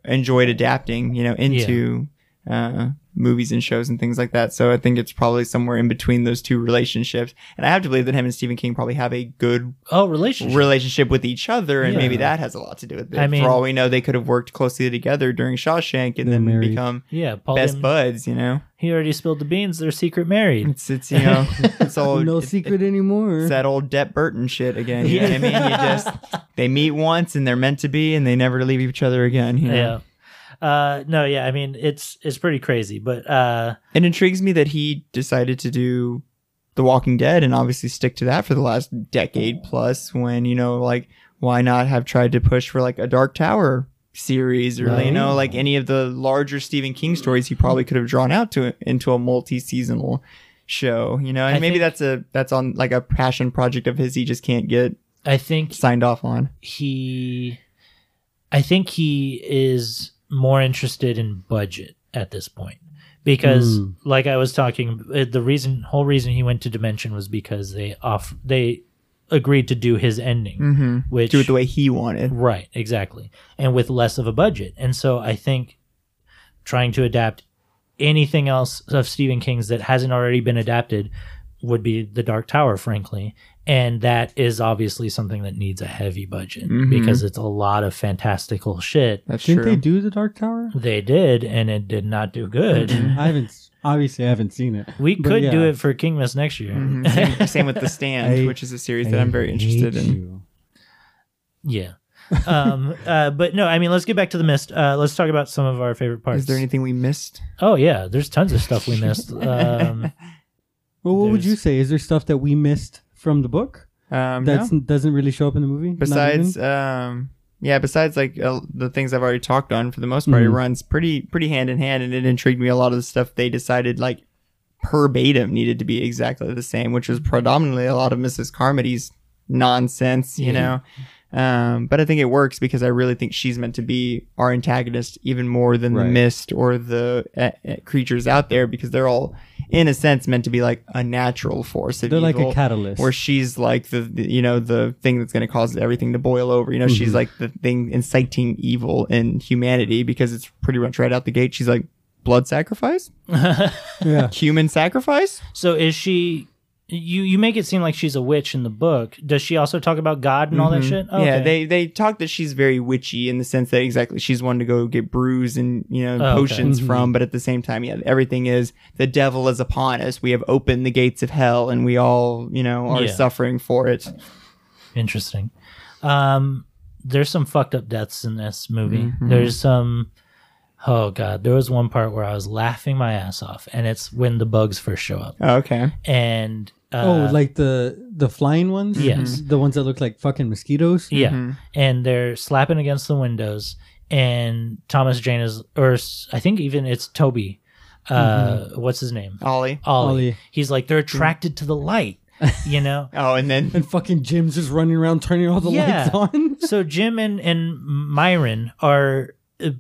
Speaker 4: enjoyed adapting, you know, into uh, movies and shows and things like that. So I think it's probably somewhere in between those two relationships. And I have to believe that him and Stephen King probably have a good
Speaker 2: Oh, relationship.
Speaker 4: relationship with each other, and
Speaker 2: Yeah.
Speaker 4: maybe that has a lot to do with it.
Speaker 2: I mean-
Speaker 4: For all we know, they could have worked closely together during Shawshank and
Speaker 3: They're
Speaker 4: then
Speaker 3: married.
Speaker 4: become
Speaker 2: yeah, Paul.
Speaker 4: best
Speaker 2: Damon-
Speaker 4: buds. You know,
Speaker 2: he already spilled the beans. They're secret married.
Speaker 4: it's it's you know, it's all
Speaker 3: no
Speaker 4: Oh, it-
Speaker 3: secret
Speaker 4: It's
Speaker 3: anymore
Speaker 4: that old Det Burton shit again. You know what I mean? You just they meet once and they're meant to be, and they never leave each other again. You know?
Speaker 2: yeah uh no yeah i mean it's it's pretty crazy but uh
Speaker 4: It intrigues me that he decided to do The Walking Dead and obviously stick to that for the last decade plus when, you know, like why not have tried to push for like a Dark Tower series or you know, like any of the larger Stephen King stories he probably could have drawn out to into a multi seasonal show, you know, and
Speaker 2: I
Speaker 4: maybe
Speaker 2: think-
Speaker 4: that's a that's on like a passion project of his he just can't get
Speaker 2: i think
Speaker 4: signed off on.
Speaker 2: he i think he is more interested in budget at this point because
Speaker 4: Hmm.
Speaker 3: Mm.
Speaker 2: like I was talking uh, the reason whole reason he went to dimension was because they off they agreed to do his ending
Speaker 4: Mm-hmm.
Speaker 2: which
Speaker 4: Do it the way he wanted.
Speaker 2: right exactly and with less of a budget and so I think trying to adapt anything else of Stephen King's that hasn't already been adapted would be The Dark Tower frankly and that is obviously something that needs a heavy budget
Speaker 4: Mhm.
Speaker 2: because it's a lot of fantastical shit
Speaker 4: That's
Speaker 3: Didn't
Speaker 4: true.
Speaker 3: they do the Dark Tower?
Speaker 2: they did, and it did not do good.
Speaker 4: Mm-hmm.
Speaker 3: I haven't. Obviously, I haven't seen it.
Speaker 2: We
Speaker 3: But
Speaker 2: could
Speaker 3: yeah.
Speaker 2: do it for Kingmas next year.
Speaker 4: Mhm. Same, same with The Stand,
Speaker 3: I-
Speaker 4: which is a series that I'm very interested in.
Speaker 2: yeah. um uh but no i mean let's get back to the mist uh let's talk about some of our favorite parts
Speaker 4: Is there anything we missed?
Speaker 2: oh yeah there's tons of stuff we missed um
Speaker 3: Well, what would
Speaker 2: There's-
Speaker 3: you say? Is there stuff that we missed from the book
Speaker 4: Um,
Speaker 3: that
Speaker 4: no.
Speaker 3: doesn't really show up in the movie? Not
Speaker 4: Besides,
Speaker 3: even?
Speaker 4: um, yeah, besides like uh, the things I've already talked on, for the most part, it
Speaker 3: Mhm.
Speaker 4: runs pretty pretty hand in hand, and it intrigued me a lot of the stuff they decided like verbatim needed to be exactly the same, which was predominantly a lot of Mrs. Carmody's nonsense, you know. Um, but I think it works because I really think she's meant to be our antagonist even more than the
Speaker 3: Right.
Speaker 4: mist or the uh, uh, creatures out there because they're all, in a sense, meant to be like a natural force. Of
Speaker 3: they're like
Speaker 4: evil
Speaker 3: a catalyst.
Speaker 4: where she's like the, the- you know the thing that's going to cause everything to boil over you know she's
Speaker 2: Mm-hmm.
Speaker 4: like the thing inciting evil in humanity because it's pretty much right out the gate she's like blood sacrifice
Speaker 3: yeah.
Speaker 4: human sacrifice
Speaker 2: so is she you you make it seem like she's a witch in the book does she also talk about god and all that
Speaker 4: Mhm.
Speaker 3: Mm-hmm.
Speaker 2: shit
Speaker 4: yeah they they talk that she's very witchy in the sense that exactly she's one to go get brews and you know
Speaker 2: Oh, okay.
Speaker 4: potions
Speaker 3: Mhm.
Speaker 4: from but at the same time yeah everything is the devil is upon us we have opened the gates of hell and we all you know are
Speaker 2: Yeah.
Speaker 4: suffering for it
Speaker 2: interesting um there's some fucked up deaths in this movie
Speaker 3: Mm-hmm.
Speaker 2: there's some oh god there was one part where i was laughing my ass off and it's when the bugs first show up
Speaker 4: okay
Speaker 2: and uh,
Speaker 3: oh, like the the flying ones. Mm-hmm.
Speaker 2: Yes.
Speaker 3: The ones that look like fucking mosquitoes.
Speaker 2: yeah,
Speaker 4: Mm-hmm.
Speaker 2: and they're slapping against the windows, and Thomas Jane is, or s- I think even it's Toby, uh,
Speaker 3: Mm-hmm.
Speaker 2: what's his name,
Speaker 4: ollie
Speaker 2: Ollie.
Speaker 3: Ollie.
Speaker 2: He's like they're attracted to the light, you know.
Speaker 4: oh and then
Speaker 3: And fucking Jim's just running around turning all the
Speaker 2: Yeah.
Speaker 3: lights on.
Speaker 2: so Jim and and Myron are. Uh,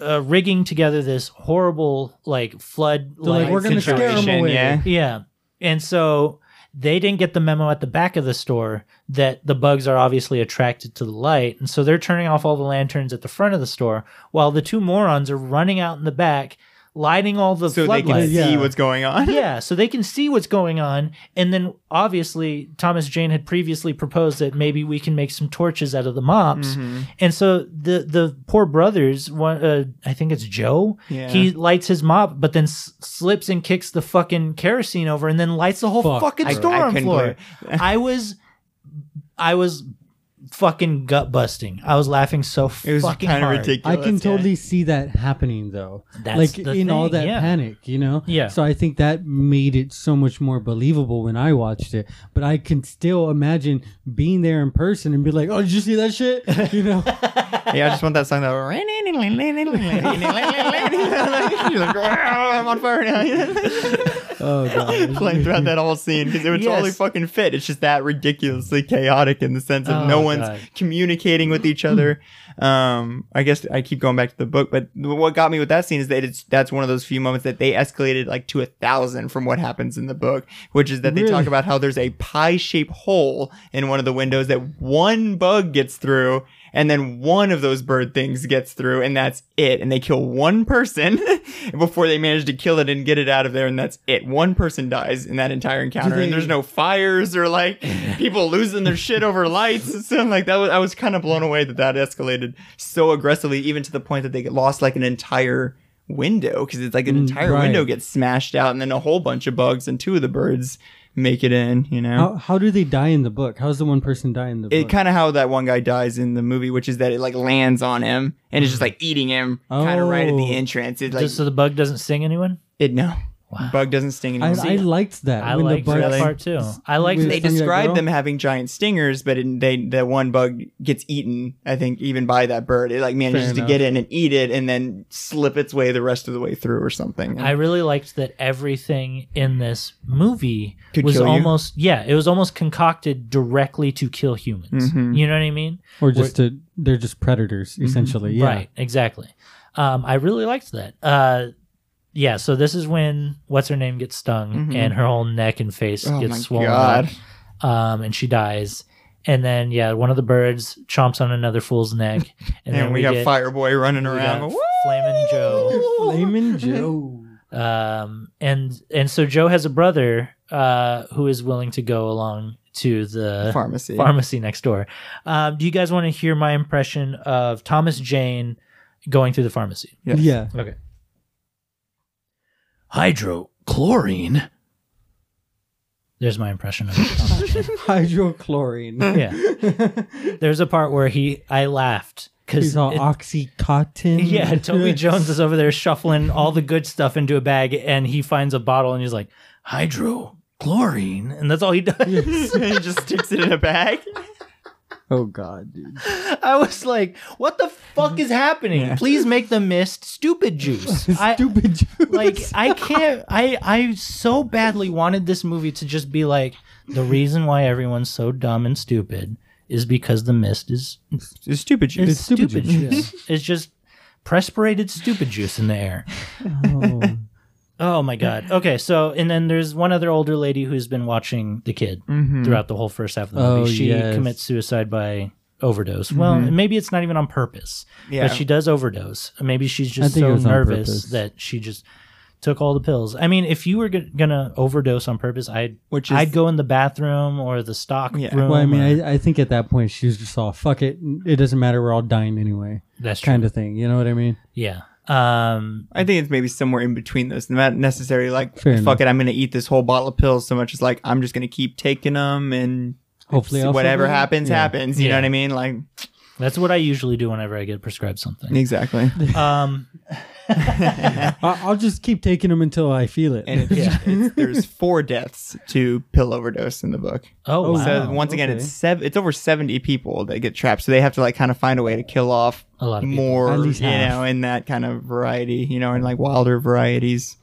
Speaker 2: uh, rigging together this horrible like flood
Speaker 3: They're like,
Speaker 2: light
Speaker 3: we're gonna scare
Speaker 2: situation.
Speaker 3: him away.
Speaker 4: yeah
Speaker 2: Yeah. And so they didn't get the memo at the back of the store that the bugs are obviously attracted to the light. And so they're turning off all the lanterns at the front of the store while the two morons are running out in the back, lighting all the
Speaker 4: so they can
Speaker 2: floodlights.
Speaker 4: see
Speaker 3: Yeah.
Speaker 4: what's going on.
Speaker 2: yeah, so they can see what's going on. And then obviously, Thomas Jane had previously proposed that maybe we can make some torches out of the mops.
Speaker 4: Mm-hmm.
Speaker 2: And so the the poor brothers, one, uh, I think it's Joe,
Speaker 4: Yeah.
Speaker 2: he lights his mop, but then s- slips and kicks the fucking kerosene over and then lights the whole
Speaker 3: Fuck,
Speaker 2: fucking
Speaker 4: I-
Speaker 2: store
Speaker 4: I
Speaker 2: on
Speaker 4: couldn't
Speaker 2: floor. I was, I was fucking gut busting. I was laughing so
Speaker 4: It was
Speaker 2: fucking
Speaker 4: kind of
Speaker 2: hard.
Speaker 4: ridiculous.
Speaker 3: I can
Speaker 4: yeah.
Speaker 3: totally see that happening though.
Speaker 2: That's
Speaker 3: like
Speaker 2: the
Speaker 3: in all
Speaker 2: thing,
Speaker 3: that
Speaker 2: yeah.
Speaker 3: panic, you know?
Speaker 2: Yeah.
Speaker 3: So I think that made it so much more believable when I watched it. But I can still imagine being there in person and be like, Oh, did you see that shit? You know?
Speaker 4: Yeah, I just want that song that. You're like, "Wow, I'm on fire now.
Speaker 3: oh god.
Speaker 4: Playing throughout that whole scene because it would totally
Speaker 2: Yes.
Speaker 4: fucking fit. It's just that ridiculously chaotic in the sense of
Speaker 2: Oh,
Speaker 4: no one's
Speaker 2: God.
Speaker 4: communicating with each other. Um, I guess I keep going back to the book, but what got me with that scene is that it's that's one of those few moments that they escalated like to a thousand from what happens in the book, which is that they talk
Speaker 3: Really?
Speaker 4: about how there's a pie-shaped hole in one of the windows that one bug gets through. And then one of those bird things gets through, and that's it. And they kill one person before they manage to kill it and get it out of there, and that's it. One person dies in that entire encounter,
Speaker 3: they-
Speaker 4: and there's no no fires or like people losing their shit over lights and stuff like that. Was, I was kind of blown away that that escalated so aggressively, even to the point that they get lost like an entire window because it's like an
Speaker 3: Mm,
Speaker 4: entire
Speaker 3: right.
Speaker 4: window gets smashed out, and then a whole bunch of bugs and two of the birds make it in. You know.
Speaker 3: How, how do they die in the book? How's the one person die in the
Speaker 4: it
Speaker 3: book?
Speaker 4: kind of how that one guy dies in the movie, which is that it like lands on him and it's just like eating him, kind of right at
Speaker 3: Mm. Oh.
Speaker 4: the entrance. It's like
Speaker 2: Just so the bug doesn't sting anyone.
Speaker 4: it no
Speaker 2: Wow.
Speaker 4: bug doesn't sting
Speaker 3: I,
Speaker 4: anyone.
Speaker 3: I liked that.
Speaker 2: I
Speaker 3: when
Speaker 2: liked
Speaker 3: the
Speaker 2: that
Speaker 3: bug
Speaker 4: Really?
Speaker 2: part too. I liked
Speaker 3: With-
Speaker 4: they
Speaker 2: that.
Speaker 3: Sting that
Speaker 4: describe
Speaker 3: girl?
Speaker 4: them having giant stingers, but in, they the one bug gets eaten. I think even by that bird, it like manages
Speaker 3: Fair
Speaker 4: to
Speaker 3: enough.
Speaker 4: get in and eat it, and then slip its way the rest of the way through or something.
Speaker 2: I really liked that everything in this movie
Speaker 4: Could
Speaker 2: was
Speaker 4: kill you?
Speaker 2: almost yeah, it was almost concocted directly to kill humans.
Speaker 4: Mm-hmm.
Speaker 2: You know what I mean?
Speaker 3: or just to, they're Mm-hmm. just predators essentially. Yeah.
Speaker 2: Right, exactly. Um, I really liked that. Uh, yeah, so this is when what's her name gets stung
Speaker 4: Mhm.
Speaker 2: and her whole neck and face
Speaker 4: Oh my
Speaker 2: gets swollen
Speaker 4: god.
Speaker 2: up, um, and she dies. And then yeah, one of the birds chomps on another fool's neck, and,
Speaker 4: And,
Speaker 2: then
Speaker 4: we,
Speaker 2: we,
Speaker 4: got
Speaker 2: get
Speaker 4: Fireboy running
Speaker 2: we
Speaker 4: around.
Speaker 2: got
Speaker 4: going,
Speaker 2: Flamin' Joe.
Speaker 4: "Woo!"
Speaker 3: Flamin' Joe.
Speaker 2: um, and and so Joe has a brother uh, who is willing to go along to the
Speaker 4: Pharmacy.
Speaker 2: pharmacy next door. Um, do you guys want to hear my impression of Thomas Jane going through the pharmacy?
Speaker 4: Yes.
Speaker 3: Yeah.
Speaker 2: Okay. Hydrochlorine. There's my impression of Thomas Jane.
Speaker 3: Hydrochlorine.
Speaker 2: Yeah. There's a part where he I laughed because
Speaker 3: He's all Oxycontin.
Speaker 2: yeah, Toby Jones is over there shuffling all the good stuff into a bag, and he finds a bottle, and he's like, "Hydrochlorine," and that's all he does.
Speaker 4: he just sticks it in a bag.
Speaker 3: Oh, God, dude.
Speaker 2: I was like, "What the fuck is happening?
Speaker 4: Yeah.
Speaker 2: Please make the mist stupid juice." I,
Speaker 3: Stupid juice.
Speaker 2: like I can't. I I so badly wanted this movie to just be like the reason why everyone's so dumb and stupid is because the mist is
Speaker 4: It's stupid
Speaker 2: is
Speaker 4: juice.
Speaker 2: stupid,
Speaker 3: stupid
Speaker 2: juice.
Speaker 3: juice,
Speaker 2: It's just perspirated stupid juice in the air.
Speaker 3: oh.
Speaker 2: Oh my god. Okay, so and then there's one other older lady who's been watching the kid
Speaker 4: Mhm.
Speaker 2: throughout the whole first half of the movie.
Speaker 3: Mm-hmm. Oh,
Speaker 2: she
Speaker 3: yes. Mm-hmm.
Speaker 2: commits suicide by overdose. Well, maybe it's not even on purpose.
Speaker 4: Yeah.
Speaker 2: But she does overdose. Maybe she's
Speaker 3: I
Speaker 2: just
Speaker 3: think it
Speaker 2: so
Speaker 3: was on
Speaker 2: nervous
Speaker 3: purpose.
Speaker 2: that she just took all the pills. I mean, if you were g- going to overdose on purpose, I'd
Speaker 4: Which is-
Speaker 2: I'd go in the bathroom or the stock
Speaker 4: Yeah.
Speaker 2: room.
Speaker 3: Well, I mean,
Speaker 2: or-
Speaker 3: I, I think at that point she was just all, fuck it. It doesn't matter. We're all dying anyway.
Speaker 2: that's true.
Speaker 3: Kind of thing. You know what I mean?
Speaker 2: Yeah. Um
Speaker 4: I think it's maybe somewhere in between those. Not necessarily like,
Speaker 3: Fair
Speaker 4: fuck it, I'm going to eat this whole bottle of pills so much as like, I'm just going to keep taking them and
Speaker 3: Hopefully,
Speaker 4: see
Speaker 3: I'll
Speaker 4: whatever
Speaker 3: survive.
Speaker 4: happens,
Speaker 3: Yeah.
Speaker 4: happens. You
Speaker 2: Yeah.
Speaker 4: know what I mean? Like,
Speaker 2: that's what I usually do whenever I get prescribed something.
Speaker 4: exactly.
Speaker 2: Um
Speaker 3: I- I'll just keep taking them until I feel it.
Speaker 4: And it's, it's, there's four deaths to pill overdose in the book.
Speaker 2: oh,
Speaker 3: Oh,
Speaker 2: wow.
Speaker 4: So once again,
Speaker 3: okay.
Speaker 4: it's sev- it's over 70 people that get trapped. So they have to like kind of find a way to kill off
Speaker 2: a lot of people.
Speaker 4: more,
Speaker 3: At
Speaker 4: you
Speaker 3: least half.
Speaker 4: know, in that kind of variety, you know, in like wilder varieties.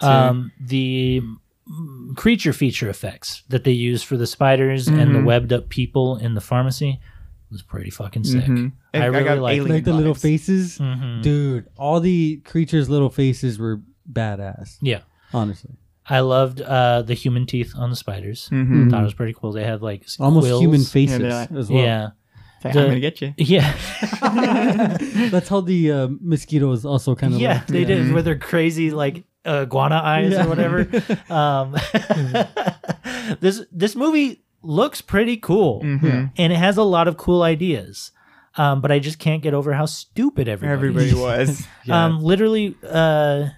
Speaker 2: um, the mm, creature feature effects that they used for the spiders and
Speaker 4: Mm-hmm.
Speaker 2: the webbed up people in the pharmacy was pretty fucking sick.
Speaker 4: Mhm.
Speaker 2: I really like
Speaker 4: alien
Speaker 3: like the little
Speaker 4: vibes.
Speaker 3: faces.
Speaker 2: Mhm.
Speaker 3: Dude, all the creatures' little faces were badass.
Speaker 2: Yeah,
Speaker 3: Honestly.
Speaker 2: I loved uh, the human teeth on the spiders.
Speaker 4: Mhm.
Speaker 2: Thought it was pretty cool. They had like s-
Speaker 3: Mm-hmm. Almost
Speaker 2: quills.
Speaker 3: human faces
Speaker 4: Yeah, they're
Speaker 3: as well.
Speaker 2: Yeah,
Speaker 4: It's like,
Speaker 2: The-
Speaker 4: I'm going to get you.
Speaker 2: yeah,
Speaker 3: That's how the uh, mosquitoes also kind of
Speaker 2: yeah.
Speaker 3: look.
Speaker 2: They did with their crazy like iguana eyes
Speaker 3: Mm-hmm. Yeah.
Speaker 2: or whatever. um, this this movie looks pretty cool,
Speaker 4: Mhm.
Speaker 2: and it has a lot of cool ideas. Um, but I just can't get over how stupid
Speaker 4: Everybody was.
Speaker 2: Um, literally, uh,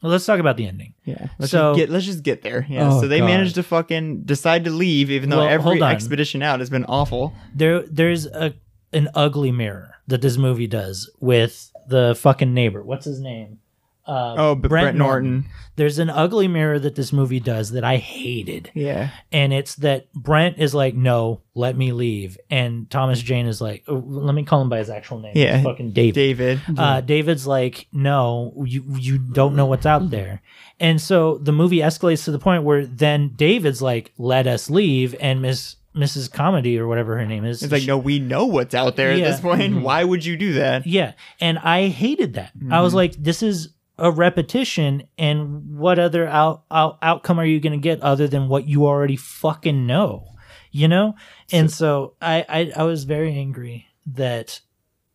Speaker 2: well, let's talk about the ending.
Speaker 4: Yeah. Let's
Speaker 2: So-
Speaker 4: just get let's just get there. Yeah.
Speaker 3: Oh,
Speaker 4: so they
Speaker 3: God.
Speaker 4: managed to fucking decide to leave, even though
Speaker 2: Well, hold
Speaker 4: every
Speaker 2: on.
Speaker 4: expedition out has been awful.
Speaker 2: There, there's a an ugly mirror that this movie does with the fucking neighbor. What's his name? Uh,
Speaker 4: Oh, but Brent, Norton.
Speaker 2: There's an ugly mirror that this movie does that I hated,
Speaker 4: Yeah.
Speaker 2: and it's that Brent is like, "No, let me leave," and Thomas Jane is like, oh, "Let me call him by his actual name."
Speaker 4: Yeah.
Speaker 2: It's fucking David.
Speaker 4: David.
Speaker 2: uh, David's like, no, you you don't know what's out there, and so the movie escalates to the point where then David's like, let us leave, and Miss Mrs. Comedy or whatever her name is,
Speaker 4: It's like, no, we know what's out there
Speaker 2: Yeah. Mm-hmm.
Speaker 4: at this point. Why would you do that?
Speaker 2: yeah, and I hated that. I was like, this is a repetition, and what other out, out outcome are you going to get other than what you already fucking know, you know? And so I I, I was very angry that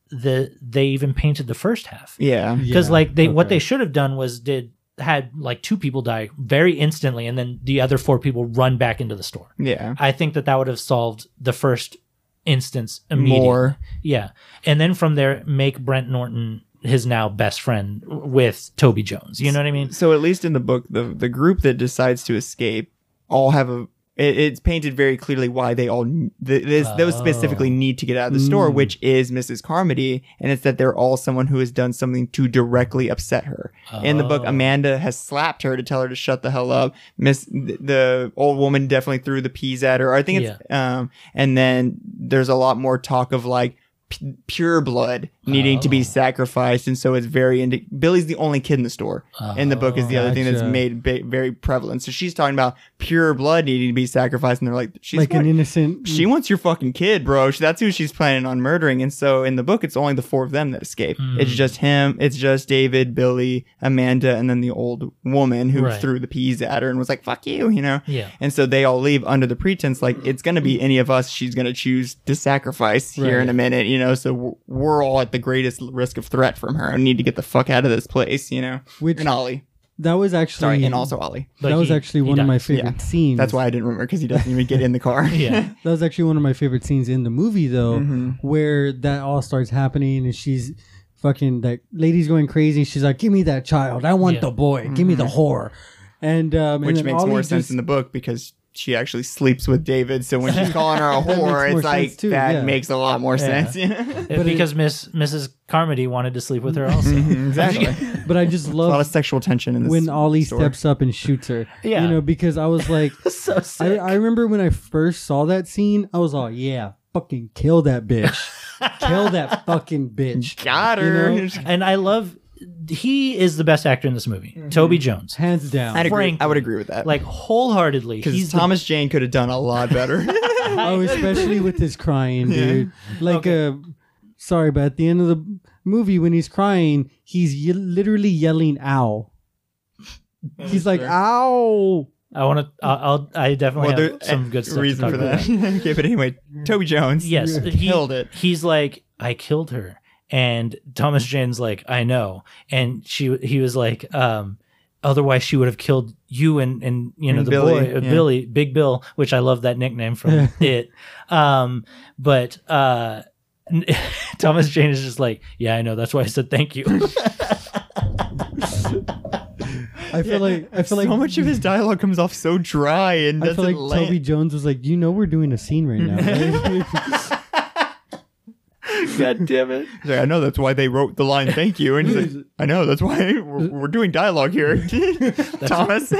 Speaker 2: the they even painted the first half
Speaker 4: Yeah.
Speaker 2: because
Speaker 3: Yeah,
Speaker 2: like they what
Speaker 3: okay.
Speaker 2: they should have done was did had like two people die very instantly and then the other four people run back into the store
Speaker 4: Yeah.
Speaker 2: i think that that would have solved the first instance immediately
Speaker 4: More.
Speaker 2: yeah and then from there make brent norton his now best friend with toby jones you know what i mean
Speaker 4: So at least in the book, the the group that decides to escape all have a. It, it's painted very clearly why they all th- this, those
Speaker 2: Oh.
Speaker 4: specifically need to get out of the store,
Speaker 3: Mm.
Speaker 4: which is Mrs. Carmody, and it's that they're all someone who has done something to directly upset her. In the book,
Speaker 2: Oh.
Speaker 4: Amanda has slapped her to tell her to shut the hell up. Miss th- the old woman definitely threw the peas at her. I think it's um, and then there's a lot more talk of like p- pure blood needing to be sacrificed, and so it's very. Indi- Billy's the only kid in the store, and the book is the other thing that's
Speaker 3: Gotcha.
Speaker 4: made ba- very prevalent. So she's talking about pure blood needing to be sacrificed, and they're like, she's
Speaker 3: like
Speaker 4: what-
Speaker 3: an innocent.
Speaker 4: she wants your fucking kid, bro. She- That's who she's planning on murdering. And so in the book, it's only the four of them that escape. It's just him. It's just David, Billy, Amanda, and then the old woman who
Speaker 2: Right.
Speaker 4: threw the peas at her and was like, fuck you, you know?
Speaker 2: Yeah.
Speaker 4: And so they all leave under the pretense, like, it's going to be any of us she's going to choose to sacrifice here
Speaker 3: Right.
Speaker 4: in a minute, you know? So w- we're all at the greatest risk of threat from her. I need to get the fuck out of this place, you know?
Speaker 3: Which-
Speaker 4: and Ollie.
Speaker 3: that was actually
Speaker 4: Sorry. And also Ollie.
Speaker 2: But
Speaker 3: that was
Speaker 2: he-
Speaker 3: actually
Speaker 2: he
Speaker 3: one of my
Speaker 2: dies.
Speaker 3: favorite scenes.
Speaker 4: That's why I didn't remember because he doesn't even get in the car.
Speaker 2: Yeah.
Speaker 3: that was actually one of my favorite scenes in the movie though
Speaker 4: Mm-hmm.
Speaker 3: where that all starts happening and she's fucking that lady's going crazy she's like give me that child i want
Speaker 2: Yeah.
Speaker 3: the boy give me the whore and um
Speaker 4: Mm-hmm. which
Speaker 3: and then
Speaker 4: makes
Speaker 3: Ollie
Speaker 4: more sense
Speaker 3: just-
Speaker 4: in the book because she actually sleeps with David. So when she's calling her a
Speaker 3: makes more
Speaker 4: whore, it's
Speaker 3: sense
Speaker 4: like
Speaker 3: too,
Speaker 4: that
Speaker 3: yeah.
Speaker 4: makes a lot more sense.
Speaker 2: It's because Miss Mrs. Carmody wanted to sleep with her also.
Speaker 3: Mm-hmm.
Speaker 4: exactly.
Speaker 3: but i just
Speaker 4: a lot of
Speaker 3: love
Speaker 4: sexual tension in this.
Speaker 3: when ollie
Speaker 4: story.
Speaker 3: steps up and shoots her
Speaker 2: Yeah.
Speaker 3: you know because i was like
Speaker 2: so
Speaker 3: I,
Speaker 2: sick.
Speaker 3: I remember when i first saw that scene i was like yeah fucking kill that bitch kill that fucking bitch
Speaker 4: got her.
Speaker 3: you know?
Speaker 2: and I love he is the best actor in this movie.
Speaker 3: Mm-hmm.
Speaker 2: Toby Jones.
Speaker 3: hands down
Speaker 4: I'd agree.
Speaker 2: Frank-
Speaker 4: I would agree with that.
Speaker 2: Like wholeheartedly.
Speaker 4: because
Speaker 2: He's the
Speaker 4: Thomas Jane could have done a lot better.
Speaker 3: Oh, especially with his crying, dude. Like, uh, sorry, but at the end of the movie, when he's crying, he's ye- literally yelling "ow." He's like "ow."
Speaker 2: I want to. I'll. I definitely
Speaker 4: well,
Speaker 2: have
Speaker 4: there's
Speaker 2: some good stuff
Speaker 4: reason
Speaker 2: to talk
Speaker 4: for that.
Speaker 2: About.
Speaker 4: okay, but anyway, Toby Jones.
Speaker 2: Yes, he,
Speaker 4: killed it.
Speaker 2: He's like, I killed her, and Thomas
Speaker 4: Mm-hmm.
Speaker 2: Jane's like, I know, and she. He was like, um, otherwise she would have killed you and and you know
Speaker 4: And
Speaker 2: the
Speaker 4: Billy,
Speaker 2: boy uh,
Speaker 4: yeah.
Speaker 2: Billy Big Bill, which I love that nickname from it. Um, but uh, Thomas Jane is just like, yeah, I know. That's why I said thank you.
Speaker 3: I feel like I feel like
Speaker 4: so much of his dialogue comes off so dry and
Speaker 3: I
Speaker 4: doesn't
Speaker 3: feel like
Speaker 4: land.
Speaker 3: Toby Jones was like, "You know, we're doing a scene right now." right?"
Speaker 4: God damn it. He's like, I know that's why they wrote the line thank you. And he's like, I know that's why we're, we're doing dialogue here. Thomas.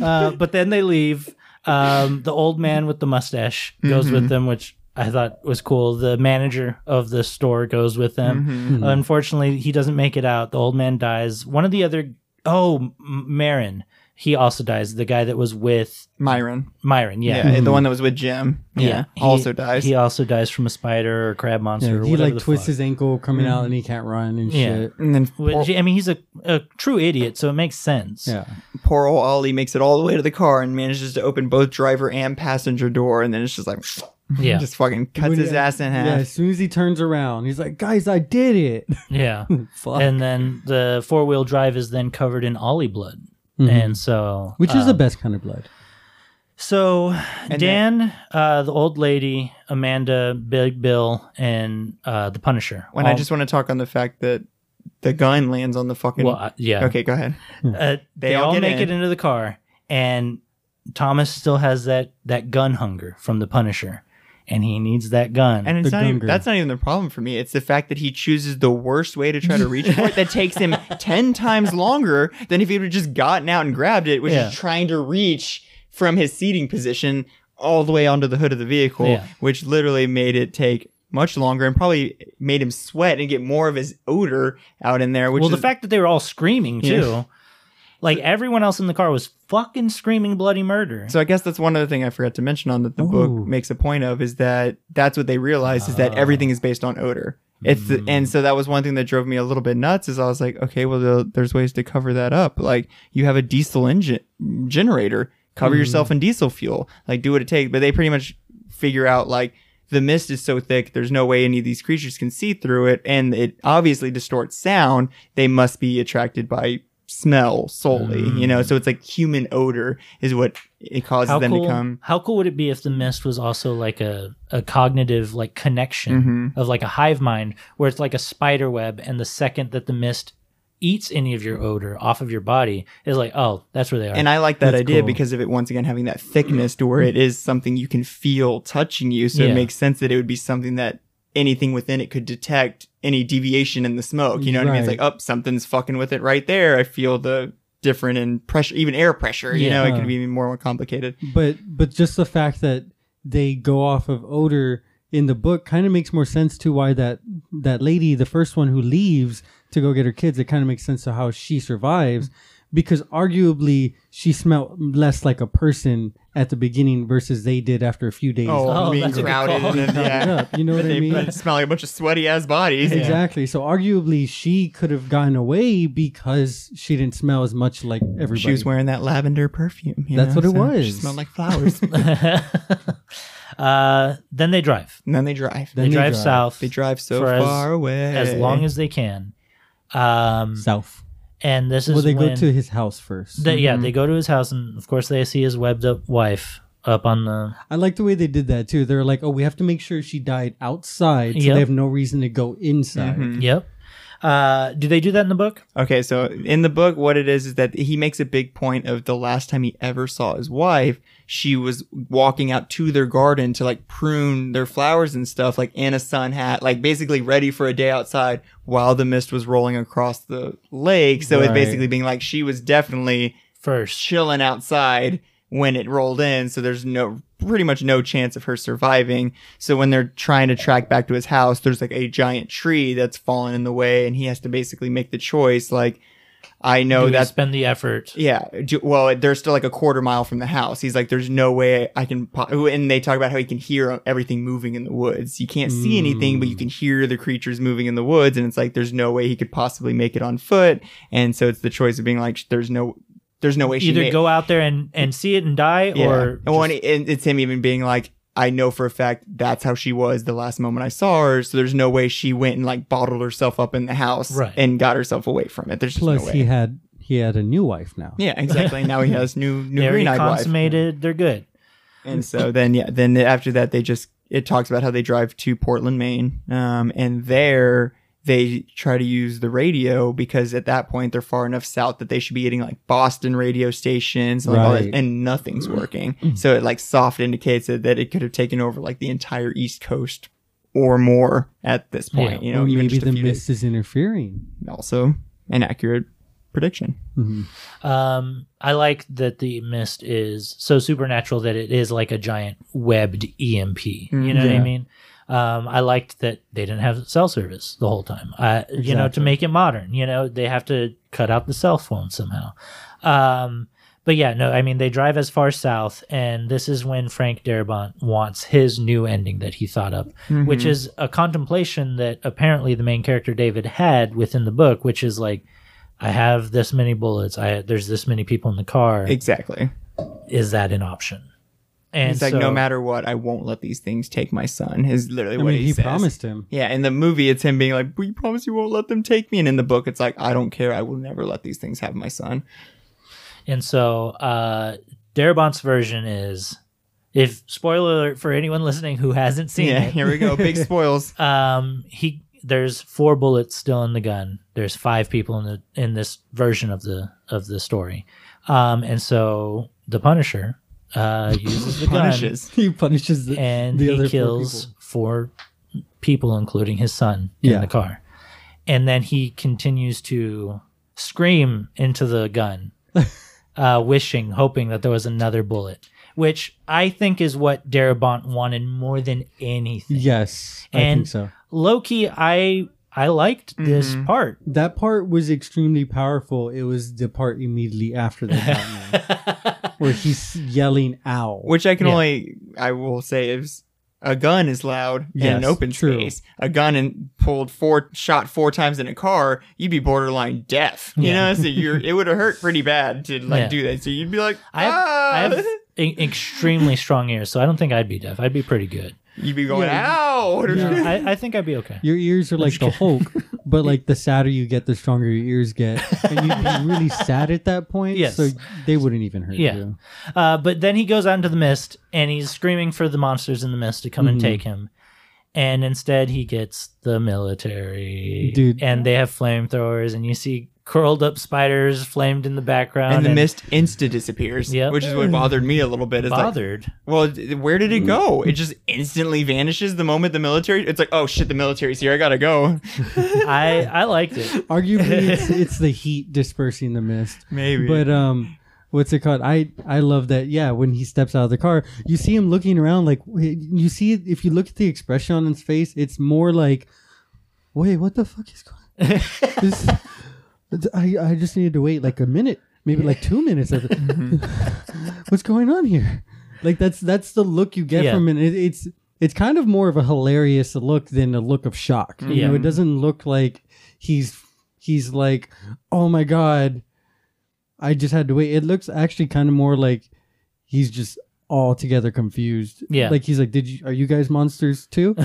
Speaker 2: Uh, but then they leave. Um, the old man with the mustache goes
Speaker 4: Mm-hmm.
Speaker 2: with them, which I thought was cool. The manager of the store goes with them.
Speaker 4: Mm-hmm.
Speaker 3: Mm-hmm.
Speaker 2: Unfortunately, he doesn't make it out. The old man dies. One of the other, oh, M- Marin, he also dies. The guy that was with
Speaker 4: Myron.
Speaker 2: Myron, yeah. Mm-hmm.
Speaker 4: Yeah, the one that was with Jim. Yeah.
Speaker 2: He-
Speaker 4: also dies.
Speaker 2: He also dies from a spider or crab monster. or
Speaker 3: Yeah, he
Speaker 2: whatever
Speaker 3: like
Speaker 2: the
Speaker 3: twists
Speaker 2: fuck.
Speaker 3: his ankle coming out, and he
Speaker 4: Mm-hmm.
Speaker 3: can't run and
Speaker 2: Yeah.
Speaker 3: shit.
Speaker 4: and then poor,
Speaker 2: Which, I mean, he's a, a true idiot, so it makes sense.
Speaker 3: Yeah,
Speaker 4: poor old Ollie makes it all the way to the car and manages to open both driver and passenger door. And then it's just like,
Speaker 2: Yeah.
Speaker 4: just fucking cuts
Speaker 3: When-
Speaker 4: his ass in
Speaker 3: Yeah,
Speaker 2: Uh-huh.
Speaker 4: half.
Speaker 3: as soon as he turns around, he's like, "Guys, I did it."
Speaker 2: yeah.
Speaker 3: Fuck.
Speaker 2: And then the four wheel drive is then covered in Ollie blood.
Speaker 4: Mm-hmm.
Speaker 2: And um, so.
Speaker 3: Which is the best kind of blood.
Speaker 2: So
Speaker 4: And
Speaker 2: Dan, uh, the old lady, Amanda, Big Bill, and uh, the Punisher.
Speaker 4: When I
Speaker 2: All-
Speaker 4: just want to talk on the fact that the gun lands on the fucking.
Speaker 2: well, I- yeah,
Speaker 4: okay, go ahead.
Speaker 2: uh, they, all,
Speaker 4: get
Speaker 2: make it
Speaker 4: in.
Speaker 2: into the car, and Thomas still has that that gun hunger from the Punisher, and he needs that Mm, gun.
Speaker 4: And it's
Speaker 3: The
Speaker 4: not even,
Speaker 3: Gunger.
Speaker 4: that's not even the problem for me. It's the fact that he chooses the worst way to try to reach for it that takes him 10 times longer than if he would have just gotten out and grabbed it, which
Speaker 2: Yeah.
Speaker 4: is trying to reach from his seating position all the way onto the hood of the vehicle,
Speaker 2: Yeah.
Speaker 4: which literally made it take much longer and probably made him sweat and get more of his odor out in there, which
Speaker 2: well,
Speaker 4: is
Speaker 2: the fact that they were all screaming too,
Speaker 4: Yeah.
Speaker 2: like everyone else in the car was fucking screaming bloody murder.
Speaker 4: So I guess that's one other thing I forgot to mention on that the
Speaker 3: Ooh.
Speaker 4: book makes a point of is that that's what they realize is that everything is based on odor. It's and so that was one thing that drove me a little bit nuts is I was like, okay, well there- there's ways to cover that up. Like you have a diesel engine generator, cover yourself in diesel fuel, like do what it takes. But they pretty much figure out like the mist is so thick, there's no way any of these creatures can see through it, and it obviously distorts sound. They must be attracted by smell solely, you know. So it's like human odor is what it causes
Speaker 2: how
Speaker 4: them
Speaker 2: cool,
Speaker 4: to come.
Speaker 2: how cool would it be if the mist was also like a, a cognitive like connection
Speaker 4: Mm-hmm.
Speaker 2: of like a hive mind where it's like a spider web and the second that the mist eats any of your odor off of your body is like oh that's where they are
Speaker 4: And I like that
Speaker 3: That's
Speaker 4: idea
Speaker 3: cool.
Speaker 4: because of it once again having that thickness to where it is something you can feel touching you. So
Speaker 2: Yeah.
Speaker 4: it makes sense that it would be something that anything within it could detect any deviation in the smoke. You know what I mean? It's
Speaker 3: Right.
Speaker 4: like, up, something's fucking with it right there. I feel the different in pressure, even air pressure. You know, it
Speaker 3: Yeah.
Speaker 4: could be even more complicated.
Speaker 3: but but just the fact that they go off of odor in the book kind of makes more sense to why that that lady, the first one who leaves to go get her kids, it kind of makes sense to how she survives because arguably she smelled less like a person at the beginning versus they did after a few days.
Speaker 2: Oh,
Speaker 4: being
Speaker 2: that's a good
Speaker 4: crowded
Speaker 2: call.
Speaker 4: and then,
Speaker 3: Tied
Speaker 4: yeah.
Speaker 3: up, you know what I
Speaker 4: they
Speaker 3: mean?
Speaker 4: smell like a bunch of sweaty ass bodies.
Speaker 3: Exactly. So arguably she could have gotten away because she didn't smell as much like everybody.
Speaker 4: She was wearing that lavender perfume. you
Speaker 3: That's
Speaker 4: know,
Speaker 3: what it
Speaker 4: so She
Speaker 3: was.
Speaker 4: smelled like flowers.
Speaker 2: uh, then they drive.
Speaker 4: and then they drive.
Speaker 3: Then
Speaker 2: They,
Speaker 3: they
Speaker 2: drive,
Speaker 3: drive.
Speaker 2: south.
Speaker 4: They drive so
Speaker 2: For as-
Speaker 4: far away.
Speaker 2: as long as they can. Um,
Speaker 3: south.
Speaker 2: and this is
Speaker 3: Well, they
Speaker 2: when
Speaker 3: go to his house first.
Speaker 2: they- yeah they go to his house and of course they see his webbed up wife up on the
Speaker 3: I like the way they did that too. They're like, "Oh, we have to make sure she died outside, so
Speaker 2: Yep.
Speaker 3: they have no reason to go
Speaker 4: Mm-hmm.
Speaker 3: inside."
Speaker 2: yep. Uh, do they do that in the book?
Speaker 4: Okay, so in the book, what it is is that he makes a big point of the last time he ever saw his wife, she was walking out to their garden to like prune their flowers and stuff, like in a sun hat, like basically ready for a day outside while the mist was rolling across the lake. So it's
Speaker 3: Right.
Speaker 4: basically being like she was definitely
Speaker 2: First,
Speaker 4: chilling outside when it rolled in, so there's no pretty much no chance of her surviving. So when they're trying to track back to his house, there's like a giant tree that's fallen in the way, and he has to basically make the choice like, I know
Speaker 2: do we
Speaker 4: that's
Speaker 2: spend the effort.
Speaker 4: yeah. Do, well, they're still like a quarter mile from the house. He's like, there's no way I can. Po-. And they talk about how he can hear everything moving in the woods. You can't see anything, but you
Speaker 2: Mm.
Speaker 4: can hear the creatures moving in the woods. And it's like, there's no way he could possibly make it on foot. And so it's the choice of being like, there's no, there's no way she
Speaker 2: Either
Speaker 4: made-
Speaker 2: go out there and and see it and die,
Speaker 4: yeah.
Speaker 2: or
Speaker 4: well, and
Speaker 2: just-
Speaker 4: and it's him even being like, I know for a fact that's how she was the last moment I saw her. So there's no way she went and like bottled herself up in the house
Speaker 2: Right.
Speaker 4: and got herself away from it. There's just
Speaker 3: Plus,
Speaker 4: no way.
Speaker 3: he had he had a new wife now.
Speaker 4: yeah, exactly. Now he has new
Speaker 2: they
Speaker 4: new
Speaker 2: already
Speaker 4: green eyed wife.
Speaker 2: consummated. They're good.
Speaker 4: And so then, yeah, then after that, they just, it talks about how they drive to Portland, Maine. Um, and there they try to use the radio because at that point they're far enough south that they should be getting like Boston radio stations and, like, all that,
Speaker 3: Right. Mm.
Speaker 4: and nothing's working. so it like soft indicates that, that it could have taken over like the entire East Coast or more at this point,
Speaker 2: Yeah.
Speaker 4: you know,
Speaker 3: or
Speaker 4: even
Speaker 3: maybe
Speaker 4: just a
Speaker 3: the
Speaker 4: few
Speaker 3: mist is interfering. Mm-hmm.
Speaker 4: days. Also, an accurate prediction.
Speaker 2: Um, I like that the mist is so supernatural that it is like a giant webbed EMP. You know what I
Speaker 3: yeah.
Speaker 2: mean? Um, I liked that they didn't have cell service the whole time. Uh, you know, to
Speaker 3: Exactly.
Speaker 2: make it modern, you know, they have to cut out the cell phone somehow. Um, but yeah, no, I mean, they drive as far south, and this is when Frank Darabont wants his new ending that he thought up, which
Speaker 3: Mm-hmm.
Speaker 2: is a contemplation that apparently the main character David had within the book, which is like, I have this many bullets. I there's this many people in the car.
Speaker 4: Exactly.
Speaker 2: Is that an option? And
Speaker 4: It's like, no
Speaker 2: so-
Speaker 4: matter what, I won't let these things take my son, is literally
Speaker 3: I
Speaker 4: what
Speaker 3: mean,
Speaker 4: he,
Speaker 3: he
Speaker 4: says.
Speaker 3: promised him.
Speaker 4: Yeah, in the movie, it's him being like, "We promise you won't let them take me." And in the book, it's like, "I don't care. I will never let these things have my son."
Speaker 2: And so uh Darabont's version is if spoiler alert for anyone listening who hasn't seen
Speaker 4: Yeah,
Speaker 2: it,
Speaker 4: here we go. Big spoils.
Speaker 2: um he there's four bullets still in the gun there's five people in the in this version of the of the story um and so the punisher uh uses the gun
Speaker 4: Punishes.
Speaker 3: He punishes the,
Speaker 2: and
Speaker 3: the other
Speaker 2: he
Speaker 3: four
Speaker 2: kills
Speaker 3: people.
Speaker 2: four people. including his son
Speaker 3: Yeah.
Speaker 2: in the car and then he continues to scream into the gun uh wishing hoping that there was another bullet which i think is what darabont wanted more than anything
Speaker 3: Yes, I
Speaker 2: And-
Speaker 3: think so.
Speaker 2: Loki, I I liked this part.
Speaker 3: That part was extremely powerful. It was the part immediately after that, Batman, where he's yelling "Ow!"
Speaker 4: Which I can
Speaker 2: Yeah.
Speaker 4: only, I will say, is a gun is loud in an
Speaker 3: Yes,
Speaker 4: open
Speaker 3: true.
Speaker 4: space. A gun and pulled four, shot four times in a car, you'd be borderline deaf. You
Speaker 2: Yeah.
Speaker 4: know, so you're, it would have hurt pretty bad to like
Speaker 2: Yeah.
Speaker 4: do that. So you'd be like,
Speaker 2: I have, I
Speaker 4: "Ah!"
Speaker 2: have e- extremely strong ears, so I don't think I'd be deaf. I'd be pretty good.
Speaker 4: you'd be going,
Speaker 3: Yeah.
Speaker 4: "Ow!"
Speaker 3: Yeah.
Speaker 2: I, I think I'd be okay.
Speaker 3: Your ears are like the Hulk, but like the sadder you get, the stronger your ears get, and you'd be really sad at that point.
Speaker 2: Yes.
Speaker 3: so they wouldn't even hurt
Speaker 2: Yeah.
Speaker 3: you.
Speaker 2: Uh, but then he goes out into the mist and he's screaming for the monsters in the mist to come and
Speaker 3: Mhm.
Speaker 4: Mm-hmm.
Speaker 2: take him. And instead, he gets the military,
Speaker 3: Dude.
Speaker 2: and they have flamethrowers, and you see curled up spiders flamed in the background.
Speaker 4: And the mist insta disappears,
Speaker 2: Yep.
Speaker 4: which is what bothered me a little bit. Is like,
Speaker 2: bothered.
Speaker 4: Well, d- where did it
Speaker 3: Hmm.
Speaker 4: go? It just instantly vanishes the moment the military. It's like, oh shit, the military's here. I gotta go.
Speaker 2: I I liked it.
Speaker 3: Arguably, it's, it's the heat dispersing the mist.
Speaker 4: Maybe.
Speaker 3: But um, what's it called? I I love that. Yeah, when he steps out of the car, you see him looking around like you see if you look at the expression on his face, it's more like, wait, what the fuck is going? this, I I just needed to wait like a minute, maybe like two minutes. Of it. what's going on here? Like that's that's the look you get
Speaker 2: Mm-hmm. Yeah.
Speaker 3: from it. it. It's it's kind of more of a hilarious look than a look of shock. You
Speaker 2: Yeah.
Speaker 3: know, it doesn't look like he's he's like, oh my god, I just had to wait. It looks actually kind of more like he's just altogether confused.
Speaker 2: Yeah.
Speaker 3: like he's like, did you are you guys monsters too?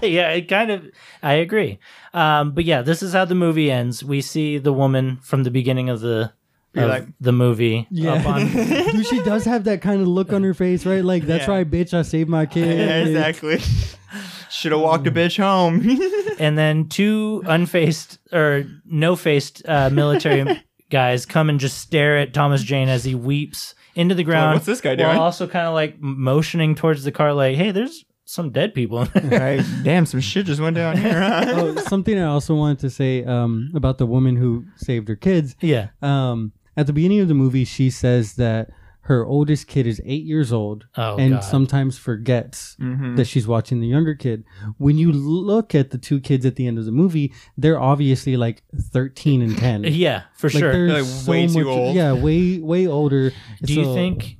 Speaker 2: yeah, it kind of. I agree. Um, but yeah, this is how the movie ends. We see the woman from the beginning of the
Speaker 4: You're
Speaker 2: of
Speaker 4: like-
Speaker 2: the movie.
Speaker 3: Yeah.
Speaker 2: Up on,
Speaker 3: Dude, she does have that kind of look on her face, right? Like that's
Speaker 4: Yeah.
Speaker 3: right, bitch. I saved my kid.
Speaker 4: Yeah, exactly. Should have walked a
Speaker 3: Hmm.
Speaker 4: bitch home.
Speaker 2: and then two unfaced or no faced uh, military guys come and just stare at Thomas Jane as he weeps into the ground.
Speaker 4: what's this guy
Speaker 2: while
Speaker 4: doing?
Speaker 2: Also, kind of like motioning towards the car, like, "Hey, there's some dead people."
Speaker 4: right. Damn, some shit just went down here. Huh?
Speaker 3: oh, something I also wanted to say um, about the woman who saved her kids.
Speaker 2: yeah,
Speaker 3: Um, at the beginning of the movie, she says that her oldest kid is eight years old
Speaker 2: Oh,
Speaker 3: and
Speaker 2: God.
Speaker 3: sometimes forgets
Speaker 4: Mm-hmm.
Speaker 3: that she's watching the younger kid. When you look at the two kids at the end of the movie, they're obviously like 13 and 10.
Speaker 2: yeah, for
Speaker 3: Like
Speaker 2: sure.
Speaker 3: they're
Speaker 4: They're, like,
Speaker 3: so
Speaker 4: way too
Speaker 3: much-
Speaker 4: old.
Speaker 3: Yeah, way way older.
Speaker 2: Do you
Speaker 3: So-
Speaker 2: think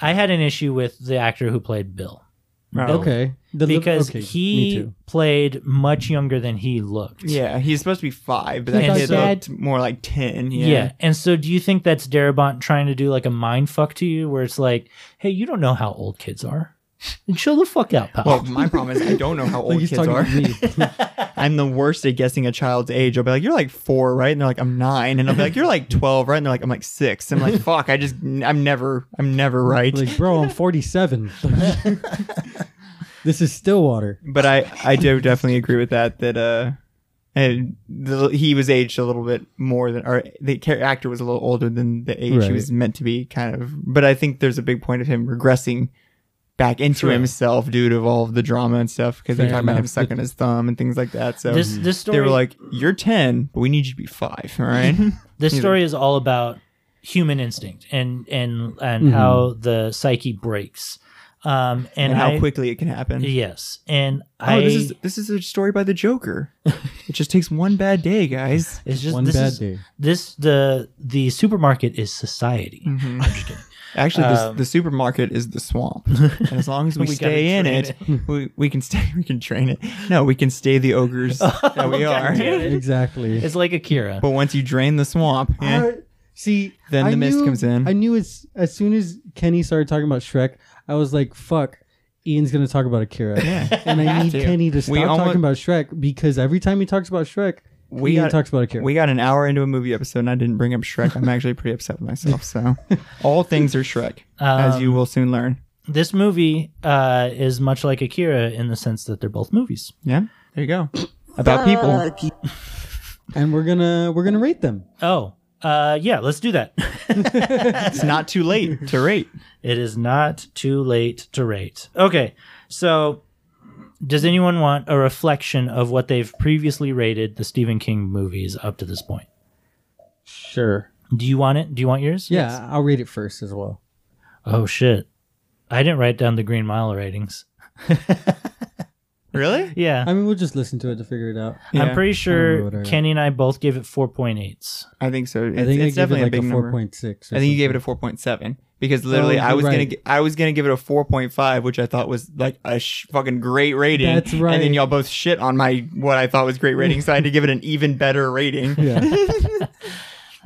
Speaker 2: I had an issue with the actor who played Bill?
Speaker 3: Okay, The li-
Speaker 2: because
Speaker 3: okay, me
Speaker 2: he
Speaker 3: too.
Speaker 2: played much younger than he looked.
Speaker 4: Yeah, he's supposed to be five, but
Speaker 3: He's
Speaker 4: that
Speaker 3: like
Speaker 4: kid
Speaker 3: that.
Speaker 4: looked more like ten.
Speaker 2: Yeah.
Speaker 4: Yeah.
Speaker 2: And so do you think that's Darabont trying to do like a mind fuck to you where it's like, hey, you don't know how old kids are. And chill the fuck out, pal.
Speaker 4: Well, my problem is I don't know how old
Speaker 3: Like he's
Speaker 4: kids
Speaker 3: talking
Speaker 4: are.
Speaker 3: to me.
Speaker 4: I'm the worst at guessing a child's age. I'll be like, "You're like four, right?" And they're like, "I'm nine. And I'll be like, "You're like 12, right?" And they're like, "I'm like six. I'm like, "Fuck, I just I'm never I'm never right."
Speaker 3: like, bro, I'm 47. this is Stillwater.
Speaker 4: but I I do definitely agree with that that uh and the, he was aged a little bit more than or the char- actor was a little older than the age
Speaker 3: Right.
Speaker 4: he was meant to be kind of but I think there's a big point of him regressing back into himself due to all of the drama and stuff because they
Speaker 3: Fair
Speaker 4: talk about him
Speaker 3: enough.
Speaker 4: sucking his thumb and things like that so
Speaker 2: this this story
Speaker 4: they were like you're 10 but we need you to be 5 all right
Speaker 2: this story is all about human instinct and and and how the psyche breaks. Um and,
Speaker 4: Mm-hmm. and how
Speaker 2: I-
Speaker 4: quickly it can happen
Speaker 2: Yes. And I
Speaker 4: oh this is this is a story by the Joker it just takes one bad day guys
Speaker 2: it's just
Speaker 3: One
Speaker 2: this
Speaker 3: bad
Speaker 2: is-
Speaker 3: day.
Speaker 2: This the the supermarket is society.
Speaker 4: Mm. Actually, this,
Speaker 2: Um,
Speaker 4: the supermarket is the swamp, and as long as we,
Speaker 2: We gotta
Speaker 4: stay in
Speaker 2: train
Speaker 4: it, we, we can stay. We can train it. No, we can stay the ogres that we are.
Speaker 2: damn it.
Speaker 3: Exactly.
Speaker 2: It's like Akira.
Speaker 4: But once you drain the swamp, eh,
Speaker 3: I- see,
Speaker 4: Then
Speaker 3: I
Speaker 4: the mist
Speaker 3: knew-
Speaker 4: comes in.
Speaker 3: I knew as as soon as Kenny started talking about Shrek, I was like, "Fuck, Ian's gonna talk about Akira."
Speaker 4: Yeah.
Speaker 3: and I
Speaker 4: Have
Speaker 3: need
Speaker 4: to.
Speaker 3: Kenny to
Speaker 4: We
Speaker 3: stop
Speaker 4: almo-
Speaker 3: talking about Shrek because every time he talks about Shrek,
Speaker 4: We
Speaker 3: we Ian
Speaker 4: got-
Speaker 3: talks about Akira.
Speaker 4: we got an hour into a movie episode, and I didn't bring up Shrek. I'm actually pretty upset with myself. So, all things are Shrek, as
Speaker 2: Um,
Speaker 4: you will soon learn.
Speaker 2: this movie uh, is much like Akira in the sense that they're both movies.
Speaker 4: Yeah, there you go. About people.
Speaker 3: and we're gonna we're gonna rate them.
Speaker 2: Oh, uh, yeah, let's do that.
Speaker 4: It's not too late to rate.
Speaker 2: it is not too late to rate. Okay, so does anyone want a reflection of what they've previously rated the Stephen King movies up to this point?
Speaker 3: Sure.
Speaker 2: Do you want it? Do you want yours?
Speaker 3: Yeah, I'll rate it first as well.
Speaker 2: Oh, shit. I didn't write down the Green Mile ratings.
Speaker 4: Really?
Speaker 2: Yeah.
Speaker 3: I mean, we'll just listen to it to figure it out.
Speaker 4: Yeah,
Speaker 2: I'm pretty
Speaker 3: remember
Speaker 2: sure
Speaker 3: what I got.
Speaker 2: Kenny and I both gave it 4.8s.
Speaker 4: I think so. It's,
Speaker 3: I think
Speaker 4: it's
Speaker 3: I gave
Speaker 4: definitely
Speaker 3: it like
Speaker 4: a big
Speaker 3: a
Speaker 4: number.
Speaker 3: four point six.
Speaker 4: I think you gave it a 4.7 because literally
Speaker 3: Oh,
Speaker 4: I
Speaker 3: you're
Speaker 4: was gonna
Speaker 3: right.
Speaker 4: gi- I was gonna give it a 4.5, which I thought was like a sh- fucking great rating.
Speaker 3: That's
Speaker 4: And
Speaker 3: right.
Speaker 4: then y'all both shit on my what I thought was great rating, so I had to give it an even better rating.
Speaker 3: Yeah.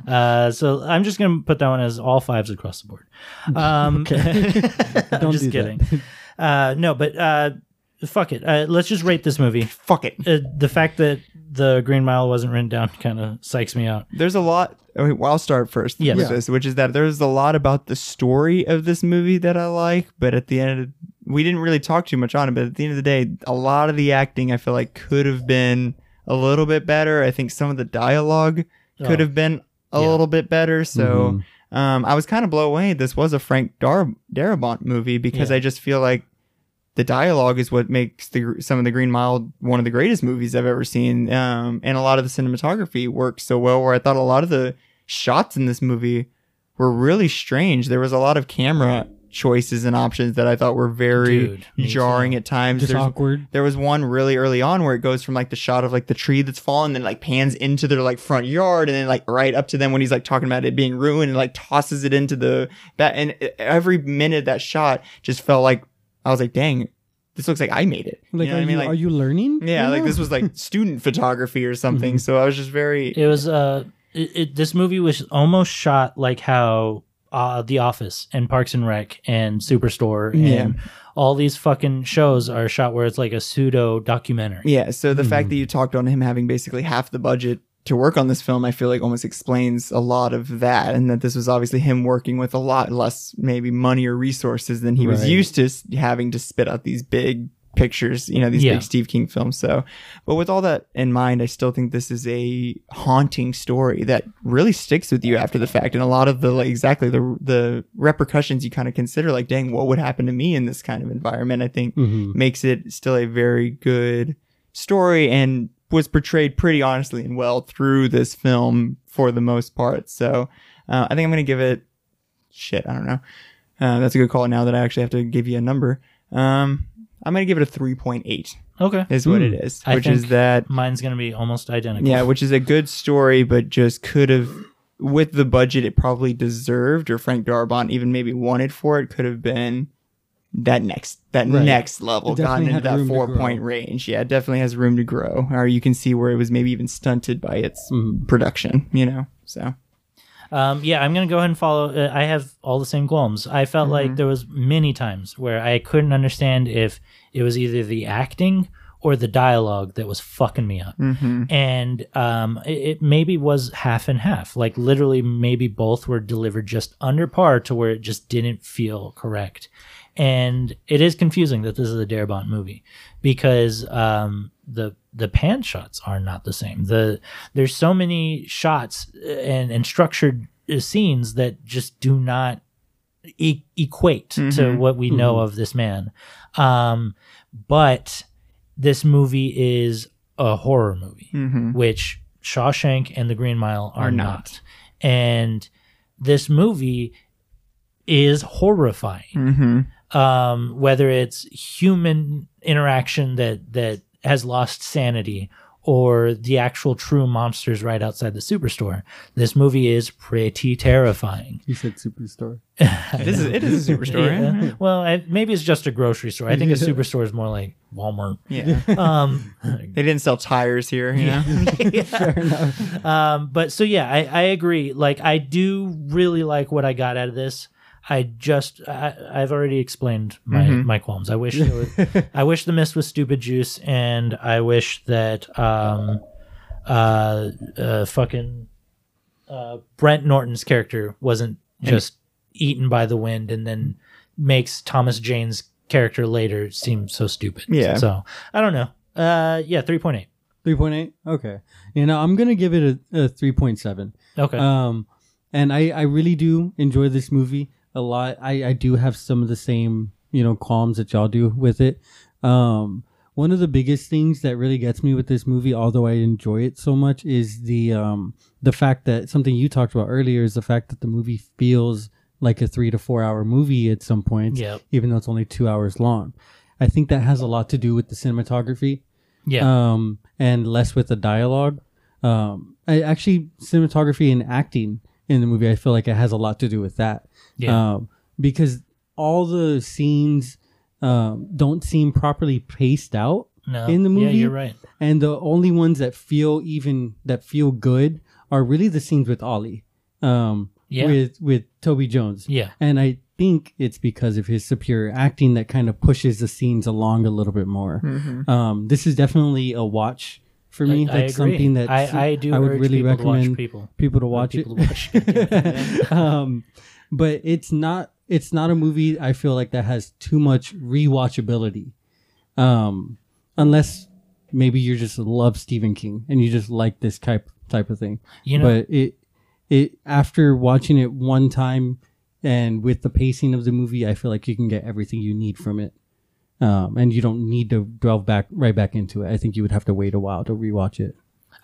Speaker 2: Uh, so I'm just going to put that one as all fives across the board. Um, I'm
Speaker 3: Don't
Speaker 2: just
Speaker 3: do
Speaker 2: kidding.
Speaker 3: that.
Speaker 2: uh, no, but uh, fuck it. Uh, let's just rate this movie.
Speaker 4: Fuck it.
Speaker 2: Uh, the fact that the Green Mile wasn't written down kind of psychs me out.
Speaker 4: There's a lot. Okay, well, I'll start first
Speaker 2: Yes.
Speaker 4: with
Speaker 2: Yeah.
Speaker 4: this, which is that there's a lot about the story of this movie that I like, but at the end of we didn't really talk too much on it, but at the end of the day, a lot of the acting I feel like could have been a little bit better. I think some of the dialogue could
Speaker 2: Oh.
Speaker 4: have been a
Speaker 2: Yeah.
Speaker 4: little bit better.
Speaker 3: Mm-hmm.
Speaker 4: So um, I was kind of blown away. This was a Frank Dar- Darabont movie because
Speaker 2: Yeah.
Speaker 4: I just feel like the dialogue is what makes the some of the Green Mile one of the greatest movies I've ever seen. Um, and a lot of the cinematography works so well. Where I thought a lot of the shots in this movie were really strange. There was a lot of camera choices and options that I thought were very
Speaker 2: Dude, me
Speaker 4: jarring at times.
Speaker 3: Just
Speaker 4: There's-
Speaker 3: awkward.
Speaker 4: there was one really early on where it goes from like the shot of like the tree that's fallen, then like pans into their like front yard, and then like right up to them when he's like talking about it being ruined, and like tosses it into the that. And e, every minute of that shot just felt like I was like, dang, this looks like I made it.
Speaker 3: Like,
Speaker 4: you know
Speaker 3: are,
Speaker 4: what I mean?
Speaker 3: you,
Speaker 4: Like,
Speaker 3: are you learning?
Speaker 4: yeah,
Speaker 3: right
Speaker 4: like
Speaker 3: now?
Speaker 4: this was like student photography or
Speaker 3: Mm-hmm.
Speaker 4: something. So I was just very
Speaker 2: It was uh, it, it, this movie was almost shot like how uh, The Office and Parks and Rec and Superstore and
Speaker 4: Yeah.
Speaker 2: all these fucking shows are shot where it's like a pseudo documentary.
Speaker 4: Yeah. So the fact that you talked on him having basically half the budget to work on this film, I feel like almost explains a lot of that, and that this was obviously him working with a lot less maybe money or resources than he was
Speaker 3: Right.
Speaker 4: used to s- having to spit out these big pictures, you know, these
Speaker 2: Yeah.
Speaker 4: big Steve King films. So, but with all that in mind, I still think this is a haunting story that really sticks with you after the fact, and a lot of the like exactly the the repercussions you kind of consider, like, dang, what would happen to me in this kind of environment? I think
Speaker 3: Mhm.
Speaker 4: makes it still a very good story and was portrayed pretty honestly and well through this film for the most part. So uh, I think I'm going to give it shit. I don't know. Uh, that's a good call now that I actually have to give you a number. Um, I'm going to give it a 3.8
Speaker 2: Okay.
Speaker 4: is what it is,
Speaker 2: Hmm, I
Speaker 4: which is
Speaker 2: think-
Speaker 4: that
Speaker 2: Mine's gonna be almost identical.
Speaker 4: yeah, which is a good story, but just could have, with the budget it probably deserved, or Frank Darabont even maybe wanted for it, could have been that next that
Speaker 3: Right.
Speaker 4: next level,
Speaker 3: It definitely
Speaker 4: gotten into
Speaker 3: had
Speaker 4: that
Speaker 3: room to
Speaker 4: four
Speaker 3: grow.
Speaker 4: point range. Yeah, it definitely has room to grow, or you can see where it was maybe even stunted by its
Speaker 3: Mhm.
Speaker 4: production. You know, so
Speaker 2: Um, yeah, I'm gonna go ahead and follow. Uh, I have all the same qualms. I felt like there was many times where I couldn't understand if it was either the acting or the dialogue that was fucking me up,
Speaker 4: mm-hmm,
Speaker 2: and um, it, it maybe was half and half. Like literally, maybe both were delivered just under par to where it just didn't feel correct. And it is confusing that this is a Darabont movie because um, the the pan shots are not the same. The there's so many shots uh, and and structured uh, scenes that just do not e- equate to what we know of this man. Um, but this movie is a horror movie,
Speaker 4: mm-hmm,
Speaker 2: which Shawshank and The Green Mile are,
Speaker 4: Are not.
Speaker 2: not. and this movie is horrifying
Speaker 4: mm-hmm.
Speaker 2: um, whether it's human interaction that that has lost sanity or the actual true monsters right outside the superstore. This movie is pretty terrifying.
Speaker 3: You said superstore.
Speaker 4: it is it is a super story.
Speaker 2: Yeah. Well, I, maybe it's just a grocery store. I think a
Speaker 3: Yeah.
Speaker 2: superstore is more like Walmart.
Speaker 4: Yeah,
Speaker 2: Um,
Speaker 4: they didn't sell tires here. You know?
Speaker 2: um, but so yeah, I, I agree. Like I do really like what I got out of this. I just I, I've already explained my my qualms. I wish there was, I wish the mist was stupid juice, and I wish that um uh, uh fucking uh Brent Norton's character wasn't just eaten by the wind and then makes Thomas Jane's character later seem so stupid.
Speaker 4: Yeah.
Speaker 2: So I don't know. Uh yeah, three point eight.
Speaker 3: 3.8? Okay. You know, I'm going to give it a, a 3.7.
Speaker 2: Okay.
Speaker 3: Um, and I, I really do enjoy this movie a lot. I, I do have some of the same, you know, qualms that y'all do with it. Um, one of the biggest things that really gets me with this movie, although I enjoy it so much, is the um, the fact that something you talked about earlier is the fact that the movie feels like a three to four hour movie at some point,
Speaker 2: Yep.
Speaker 3: even though it's only two hours long. I think that has a lot to do with the cinematography
Speaker 2: yeah.
Speaker 3: um, and less with the dialogue. Um, I, actually, cinematography and acting in the movie, I feel like it has a lot to do with that.
Speaker 2: Yeah.
Speaker 3: Um, because all the scenes um, don't seem properly paced out
Speaker 2: no.
Speaker 3: in the
Speaker 2: Yeah,
Speaker 3: movie-
Speaker 2: you're right.
Speaker 3: and the only ones that feel even that feel good are really the scenes with Ollie, um,
Speaker 2: Yeah.
Speaker 3: with with Toby Jones,
Speaker 2: Yeah.
Speaker 3: and I think it's because of his superior acting that kind of pushes the scenes along a little bit more.
Speaker 4: Mm-hmm.
Speaker 3: Um, this is definitely a watch for me.
Speaker 2: I
Speaker 3: That's
Speaker 2: agree.
Speaker 3: something that
Speaker 2: I, I do
Speaker 3: I would
Speaker 2: urge
Speaker 3: really
Speaker 2: people to watch
Speaker 3: recommend
Speaker 2: people.
Speaker 3: people to watch
Speaker 2: people
Speaker 3: it.
Speaker 2: to watch it.
Speaker 3: um, but it's not it's not a movie I feel like that has too much rewatchability, um, unless maybe you just love Stephen King and you just like this type type of thing.
Speaker 2: You know,
Speaker 3: but it it after watching it one time and with the pacing of the movie, I feel like you can get everything you need from it. Um, and you don't need to delve back right back into it. I think you would have to wait a while to rewatch it.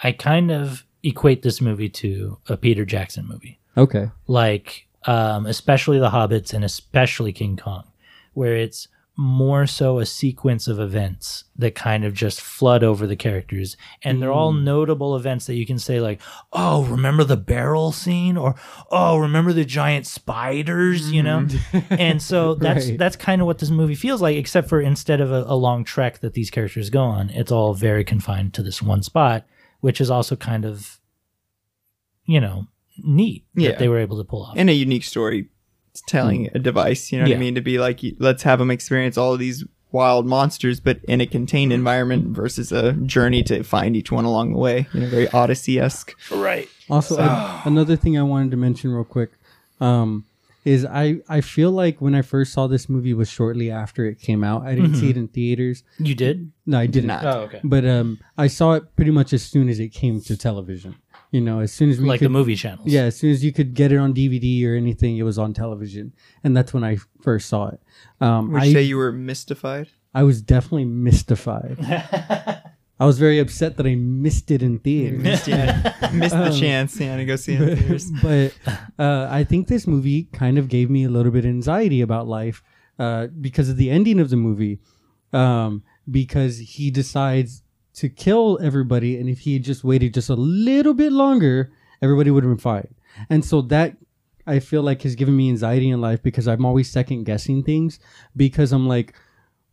Speaker 2: I kind of equate this movie to a Peter Jackson movie.
Speaker 3: Okay.
Speaker 2: Like um, especially The Hobbits and especially King Kong, where it's more so a sequence of events that kind of just flood over the characters. And they're all notable events that you can say, like, oh, remember the barrel scene? Or, oh, remember the giant spiders, you know? and so that's
Speaker 3: Right.
Speaker 2: that's kind of what this movie feels like, except for instead of a, a long trek that these characters go on, it's all very confined to this one spot, which is also kind of, you know, neat
Speaker 4: Yeah.
Speaker 2: that they were able to pull off.
Speaker 4: in a unique story it's telling a device you know what
Speaker 2: Yeah.
Speaker 4: i mean to be like let's have them experience all of these wild monsters but in a contained environment versus a journey to find each one along the way you know very odyssey-esque
Speaker 2: right.
Speaker 3: Also, I- another thing I wanted to mention real quick um, is I, I feel like when I first saw this movie was shortly after it came out. I didn't see it in theaters.
Speaker 2: You Mm-hmm. did?
Speaker 3: No, I didn't.
Speaker 4: Not.
Speaker 2: okay.
Speaker 3: But um, I saw it pretty much as soon as it came to television. You know, as soon as we
Speaker 2: Like
Speaker 3: could,
Speaker 2: the movie channels.
Speaker 3: Yeah, as soon as you could get it on DVD or anything, it was on television, and that's when I first saw it. Um,
Speaker 4: would
Speaker 3: I
Speaker 4: you say you were mystified
Speaker 3: I was definitely mystified. I was very upset that I missed it in theaters.
Speaker 4: missed, yeah, missed the chance yeah to go see it in theaters.
Speaker 3: but uh, I think this movie kind of gave me a little bit of anxiety about life uh, because of the ending of the movie. Um, because he decides to kill everybody, and if he had just waited just a little bit longer, everybody would have been fine. And so that I feel like has given me anxiety in life because I'm always second guessing things because I'm like,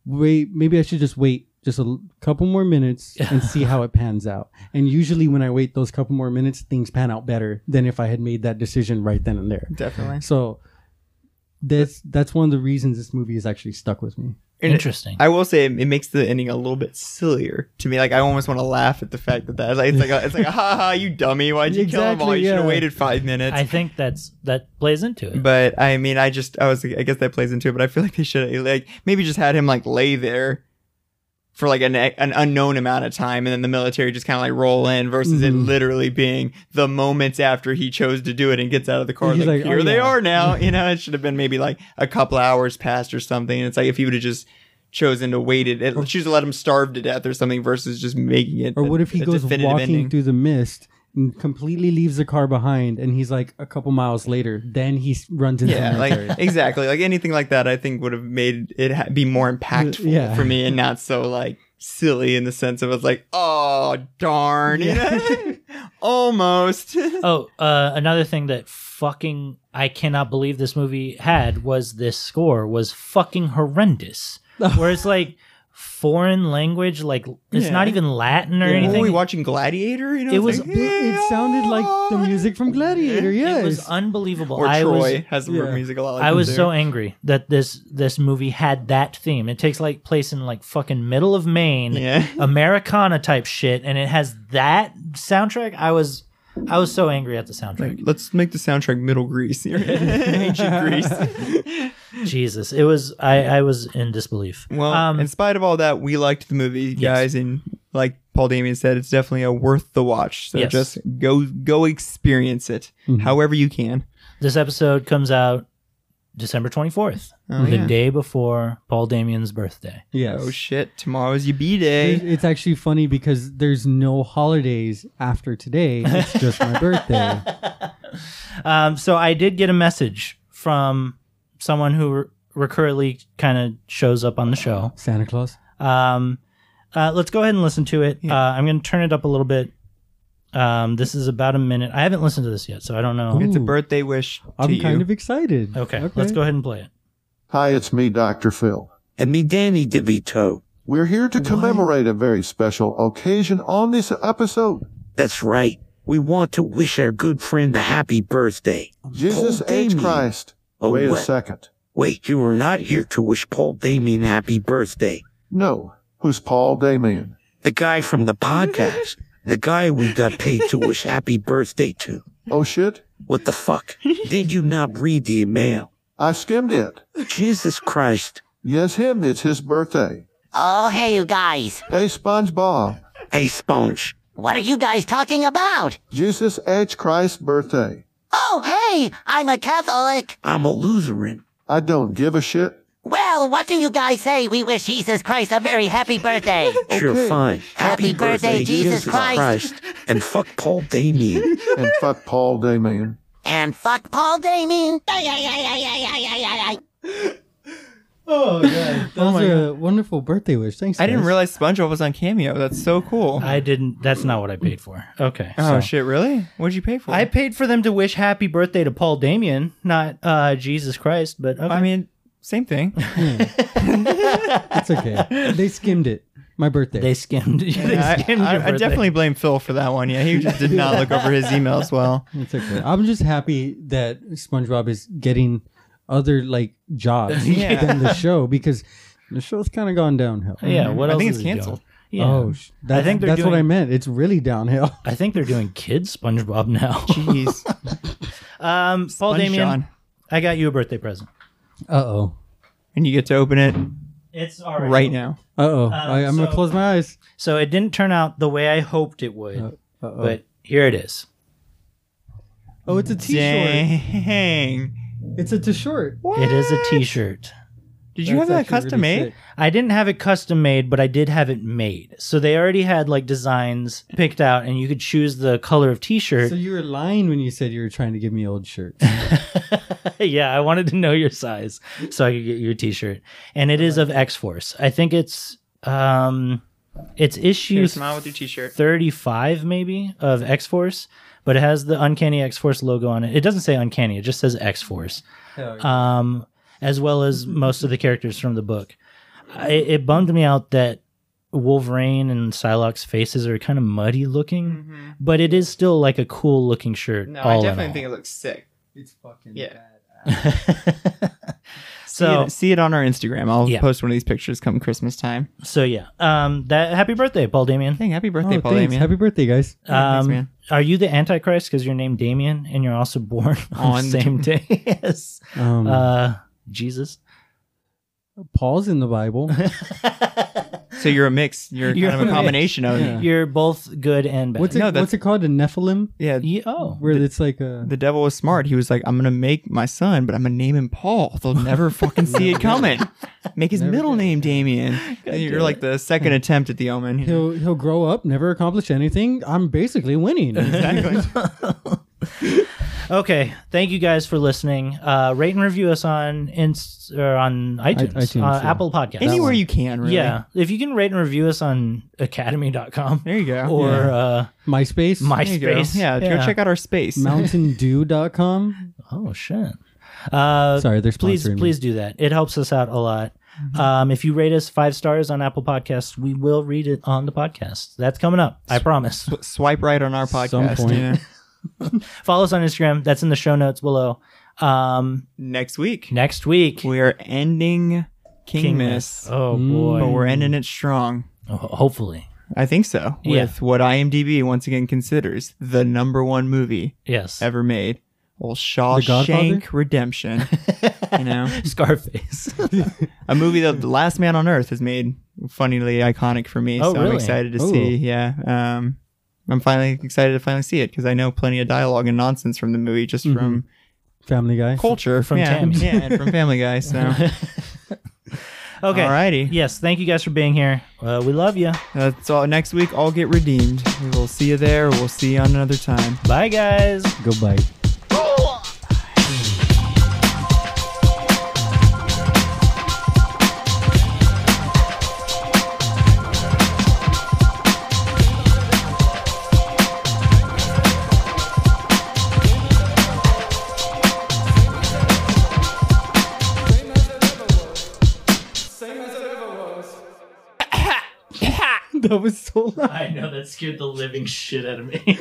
Speaker 3: wait, maybe I should just wait just a l- couple more minutes and see how it pans out. And usually, when I wait those couple more minutes, things pan out better than if I had made that decision right then and there.
Speaker 4: definitely
Speaker 3: So that's that's one of the reasons this movie has actually stuck with me.
Speaker 4: And it-
Speaker 2: Interesting.
Speaker 4: I will say it, it makes the ending a little bit sillier to me. Like I almost want to laugh at the fact that that's like, it's like a, it's like a, ha ha you dummy why'd you kill him all
Speaker 3: Exactly,
Speaker 4: you should
Speaker 3: yeah.
Speaker 4: have waited five minutes.
Speaker 2: I think that's that plays into it.
Speaker 4: But I mean, I just I was I guess that plays into it. But I feel like they should like maybe just had him like lay there for like an an unknown amount of time, and then the military just kind of like roll in versus it
Speaker 3: Mm-hmm.
Speaker 4: literally being the moments after he chose to do it and gets out of the car.
Speaker 3: He's
Speaker 4: Like,
Speaker 3: like,
Speaker 4: here
Speaker 3: "Oh,
Speaker 4: they
Speaker 3: yeah."
Speaker 4: are now. You know, it should have been maybe like a couple hours past or something. And it's like if he would have just chosen to wait it, it- choose to let him starve to death or something versus just making it.
Speaker 3: Or
Speaker 4: a-
Speaker 3: what if he
Speaker 4: a
Speaker 3: goes
Speaker 4: definitive
Speaker 3: walking
Speaker 4: ending.
Speaker 3: through the mist? And completely leaves the car behind, and he's like a couple miles later. Then he s- runs into
Speaker 4: Yeah,
Speaker 3: the military.
Speaker 4: like exactly, like anything like that. I think would have made it ha- be more impactful
Speaker 3: Yeah.
Speaker 4: for me and not so like silly in the sense of it's like, oh darn, you know? almost.
Speaker 2: oh, uh, another thing that fucking I cannot believe this movie had was this score was fucking horrendous. Where it's like foreign language, like it's
Speaker 4: Yeah.
Speaker 2: not even Latin or
Speaker 4: Were
Speaker 2: anything.
Speaker 4: we watching Gladiator? You know,
Speaker 2: It
Speaker 4: it's
Speaker 2: was-
Speaker 4: like,
Speaker 3: it sounded like the music from Gladiator. Yes,
Speaker 2: It was unbelievable.
Speaker 4: Or
Speaker 2: I
Speaker 4: Troy
Speaker 2: was
Speaker 4: has
Speaker 3: yeah.
Speaker 4: music a lot. Like
Speaker 2: I
Speaker 4: that
Speaker 2: was
Speaker 4: too.
Speaker 2: so angry that this this movie had that theme. It takes like place in like fucking middle of Maine,
Speaker 4: Yeah.
Speaker 2: Americana type shit, and it has that soundtrack. I was I was so angry at the soundtrack.
Speaker 4: Let's make the soundtrack Middle Greece, ancient Greece.
Speaker 2: Jesus, it was I I was in disbelief.
Speaker 4: Well,
Speaker 2: um,
Speaker 4: in spite of all that, we liked the movie, guys, and like Paul Damien said, it's definitely a worth the watch. So
Speaker 2: Yes.
Speaker 4: just go go experience it
Speaker 3: Mm-hmm.
Speaker 4: however you can.
Speaker 2: this episode comes out December twenty fourth,
Speaker 4: Oh,
Speaker 2: the
Speaker 4: yeah.
Speaker 2: day before Paul Damien's birthday.
Speaker 3: yes.
Speaker 4: Oh shit, tomorrow's your B
Speaker 3: There's-
Speaker 4: day.
Speaker 3: It's actually funny because there's no holidays after today. It's just my birthday.
Speaker 2: Um, so I did get a message from someone who re- recurrently kind of shows up on the show.
Speaker 3: Santa Claus.
Speaker 2: Um, uh, let's go ahead and listen to it. Uh, I'm going to turn it up a little bit. Um, this is about a minute. I haven't listened to this yet, so I don't know.
Speaker 4: It's a
Speaker 3: Ooh.
Speaker 4: birthday wish to
Speaker 3: I'm
Speaker 4: you.
Speaker 3: kind of excited.
Speaker 2: Okay, let's go ahead and play it.
Speaker 1: Hi, it's me, Dr. Phil.
Speaker 5: and me Danny DeVito.
Speaker 1: We're here to commemorate a very special occasion on this episode.
Speaker 5: That's right. We want to wish our good friend a happy birthday.
Speaker 1: Jesus
Speaker 5: Paul
Speaker 1: H.
Speaker 5: Damien.
Speaker 1: Christ.
Speaker 5: Oh,
Speaker 1: Wait a
Speaker 5: what?
Speaker 1: second.
Speaker 5: Wait, you are not here to wish Paul Damien happy birthday.
Speaker 1: No. Who's Paul Damien?
Speaker 5: The guy from the podcast. the guy we got paid to wish happy birthday to.
Speaker 1: Oh shit.
Speaker 5: What the fuck? Did you not read the email?
Speaker 1: I skimmed it.
Speaker 5: Jesus Christ.
Speaker 1: Yes, him. It's his birthday.
Speaker 6: Oh, hey, you guys.
Speaker 1: Hey, SpongeBob.
Speaker 5: Hey, Sponge.
Speaker 6: What are you guys talking about?
Speaker 1: Jesus H. Christ's birthday.
Speaker 6: Oh, hey, I'm a Catholic.
Speaker 5: I'm a loserin.
Speaker 1: I don't give a shit.
Speaker 6: Well, what do you guys say? We wish Jesus Christ a very happy birthday.
Speaker 5: Sure,
Speaker 1: Okay.
Speaker 5: fine.
Speaker 6: Happy birthday, Jesus Christ.
Speaker 5: And fuck Paul Damien.
Speaker 1: And fuck Paul Damien.
Speaker 6: and fuck Paul Damien.
Speaker 3: Oh god, that was
Speaker 4: my
Speaker 3: a wonderful birthday wish. Thanks.
Speaker 4: I didn't
Speaker 3: guys.
Speaker 4: realize SpongeBob was on Cameo. That's so cool.
Speaker 2: I didn't. That's not what I paid for. Okay.
Speaker 4: oh
Speaker 2: so-
Speaker 4: shit, really? What'd you pay for?
Speaker 2: I paid for them to wish happy birthday to Paul Damien, not uh, Jesus Christ. But okay.
Speaker 4: I mean, same thing.
Speaker 3: It's okay. they skimmed it. My birthday.
Speaker 2: they skimmed. they
Speaker 4: I,
Speaker 2: skimmed
Speaker 4: I-
Speaker 2: your
Speaker 4: I
Speaker 2: birthday.
Speaker 4: definitely blame Phil for that one. Yeah, he just did not look over his emails well.
Speaker 3: it's okay. I'm just happy that SpongeBob is getting other like jobs
Speaker 4: Yeah.
Speaker 3: than the show because the show's kind of gone downhill.
Speaker 2: Yeah. What
Speaker 4: mm-hmm. I
Speaker 2: else
Speaker 4: think
Speaker 2: is
Speaker 4: it's
Speaker 2: it doing?
Speaker 4: canceled.
Speaker 2: Yeah.
Speaker 3: Oh, sh- that's,
Speaker 2: think they're
Speaker 3: that's what
Speaker 2: doing-
Speaker 3: I meant. It's really downhill.
Speaker 2: I think they're doing kids SpongeBob now.
Speaker 4: Jeez.
Speaker 2: um, Paul
Speaker 4: Sponge
Speaker 2: Damien,
Speaker 4: John.
Speaker 2: I got you a birthday present.
Speaker 3: Uh oh.
Speaker 4: And you get to open it
Speaker 2: It's all right.
Speaker 4: right now.
Speaker 3: Uh oh. I'm
Speaker 2: so-
Speaker 3: gonna close my eyes.
Speaker 2: So it didn't turn out the way I hoped it would,
Speaker 4: Uh,
Speaker 2: but here it is.
Speaker 3: Oh, it's a t-shirt.
Speaker 4: Dang.
Speaker 3: It's a t-shirt.
Speaker 2: It is a T-shirt.
Speaker 4: Did you have that custom made?
Speaker 2: I didn't have it custom made, but I did have it made. So they already had like designs picked out, and you could choose the color of T-shirt.
Speaker 3: So you were lying when you said you were trying to give me old shirts.
Speaker 2: yeah, I wanted to know your size so I could get you a T-shirt, and it is of X Force. I think it's um, it's issue
Speaker 4: Here, smile with your t-shirt.
Speaker 2: 35 maybe of X Force, but it has the Uncanny X Force logo on it. It doesn't say Uncanny; it just says X Force.
Speaker 4: Oh,
Speaker 2: Um, as well as most of the characters from the book. I, it bummed me out that Wolverine and Psylocke's faces are kind of muddy looking, but it is still like a cool looking shirt.
Speaker 4: Mm-hmm. No,
Speaker 2: all
Speaker 4: I
Speaker 2: in
Speaker 4: definitely
Speaker 2: all.
Speaker 4: think it looks sick.
Speaker 3: It's fucking
Speaker 4: Yeah.
Speaker 2: so
Speaker 4: see, it, see it on our Instagram. I'll
Speaker 2: Yeah.
Speaker 4: post one of these pictures come Christmas time.
Speaker 2: so yeah. Um, that happy birthday, Paul Damien.
Speaker 4: Dang, happy
Speaker 3: Oh,
Speaker 4: birthday,
Speaker 3: thanks.
Speaker 4: Paul Damien.
Speaker 3: Happy birthday, guys.
Speaker 4: Yeah, thanks,
Speaker 2: Um,
Speaker 4: man.
Speaker 2: are you the Antichrist because you're named Damien and you're also born on,
Speaker 4: On-
Speaker 2: the same day as
Speaker 3: Um,
Speaker 2: uh, Jesus?
Speaker 3: Paul's in the Bible.
Speaker 4: so you're a mix. You're,
Speaker 2: You're
Speaker 4: kind of
Speaker 2: a
Speaker 4: a combination of
Speaker 3: Yeah.
Speaker 2: You're both good and bad.
Speaker 3: What's it,
Speaker 4: No, that's-
Speaker 3: what's it called? A Nephilim?
Speaker 4: yeah.
Speaker 2: Ye- oh,
Speaker 3: Where it's like a.
Speaker 4: The devil was smart. He was like, "I'm gonna make my son, but I'm gonna name him Paul. They'll never fucking see it coming. Make his middle name Damien." And you're like the second attempt at the omen.
Speaker 3: He'll he'll grow up, never accomplish anything. I'm basically winning.
Speaker 4: Exactly.
Speaker 2: Okay, thank you guys for listening. Uh, rate and review us on inst- or on iTunes,
Speaker 3: iTunes,
Speaker 2: uh,
Speaker 3: yeah.
Speaker 2: Apple Podcasts.
Speaker 4: Anywhere you can, really.
Speaker 2: Yeah, if you can rate and review us on academy.com
Speaker 4: There you go.
Speaker 2: or uh,
Speaker 3: MySpace,
Speaker 4: There you go.
Speaker 2: MySpace.
Speaker 4: Yeah, go check out our space.
Speaker 3: MountainDew.com.
Speaker 2: Oh shit. Uh,
Speaker 3: Sorry, they're sponsoring
Speaker 2: please
Speaker 3: me.
Speaker 2: please do that. It helps us out a lot.
Speaker 4: Mm-hmm.
Speaker 2: Um, if you rate us five stars on Apple Podcasts, we will read it on the podcast. That's coming up, I promise.
Speaker 4: Swipe right on our podcast.
Speaker 3: Some point.
Speaker 4: you know.
Speaker 2: Follow us on Instagram. That's in the show notes below. Um,
Speaker 4: Next week,
Speaker 2: next week,
Speaker 4: we are ending King,
Speaker 2: Kingmas.
Speaker 4: Miss,
Speaker 2: Oh
Speaker 3: Mm.
Speaker 2: boy. Oh,
Speaker 4: but we're ending it strong.
Speaker 2: Ho- Hopefully,
Speaker 4: I think so.
Speaker 2: Yeah.
Speaker 4: With what IMDb once again considers the number one movie
Speaker 2: yes.
Speaker 4: ever made. Well,
Speaker 3: Godfather?
Speaker 4: Shawshank Redemption. you know,
Speaker 2: Scarface.
Speaker 4: a movie that The Last Man on Earth has made funnily iconic for me.
Speaker 2: Oh,
Speaker 4: so I'm
Speaker 2: really?
Speaker 4: excited to
Speaker 3: Ooh.
Speaker 4: see. Yeah. Um, I'm finally excited to finally see it because I know plenty of dialogue and nonsense from the movie just
Speaker 2: Mm-hmm.
Speaker 4: from
Speaker 3: Family Guy.
Speaker 4: culture,
Speaker 2: From
Speaker 4: yeah,
Speaker 2: Tammy.
Speaker 4: yeah, and from Family Guy. So,
Speaker 2: okay.
Speaker 4: alrighty,
Speaker 2: Yes. Thank you guys for being here. Uh, we love you.
Speaker 4: that's all. Next week, I'll get redeemed. We will see you there. We'll see you on another time.
Speaker 2: Bye, guys.
Speaker 3: Goodbye. That was so loud.
Speaker 2: I know that scared the living shit out of me.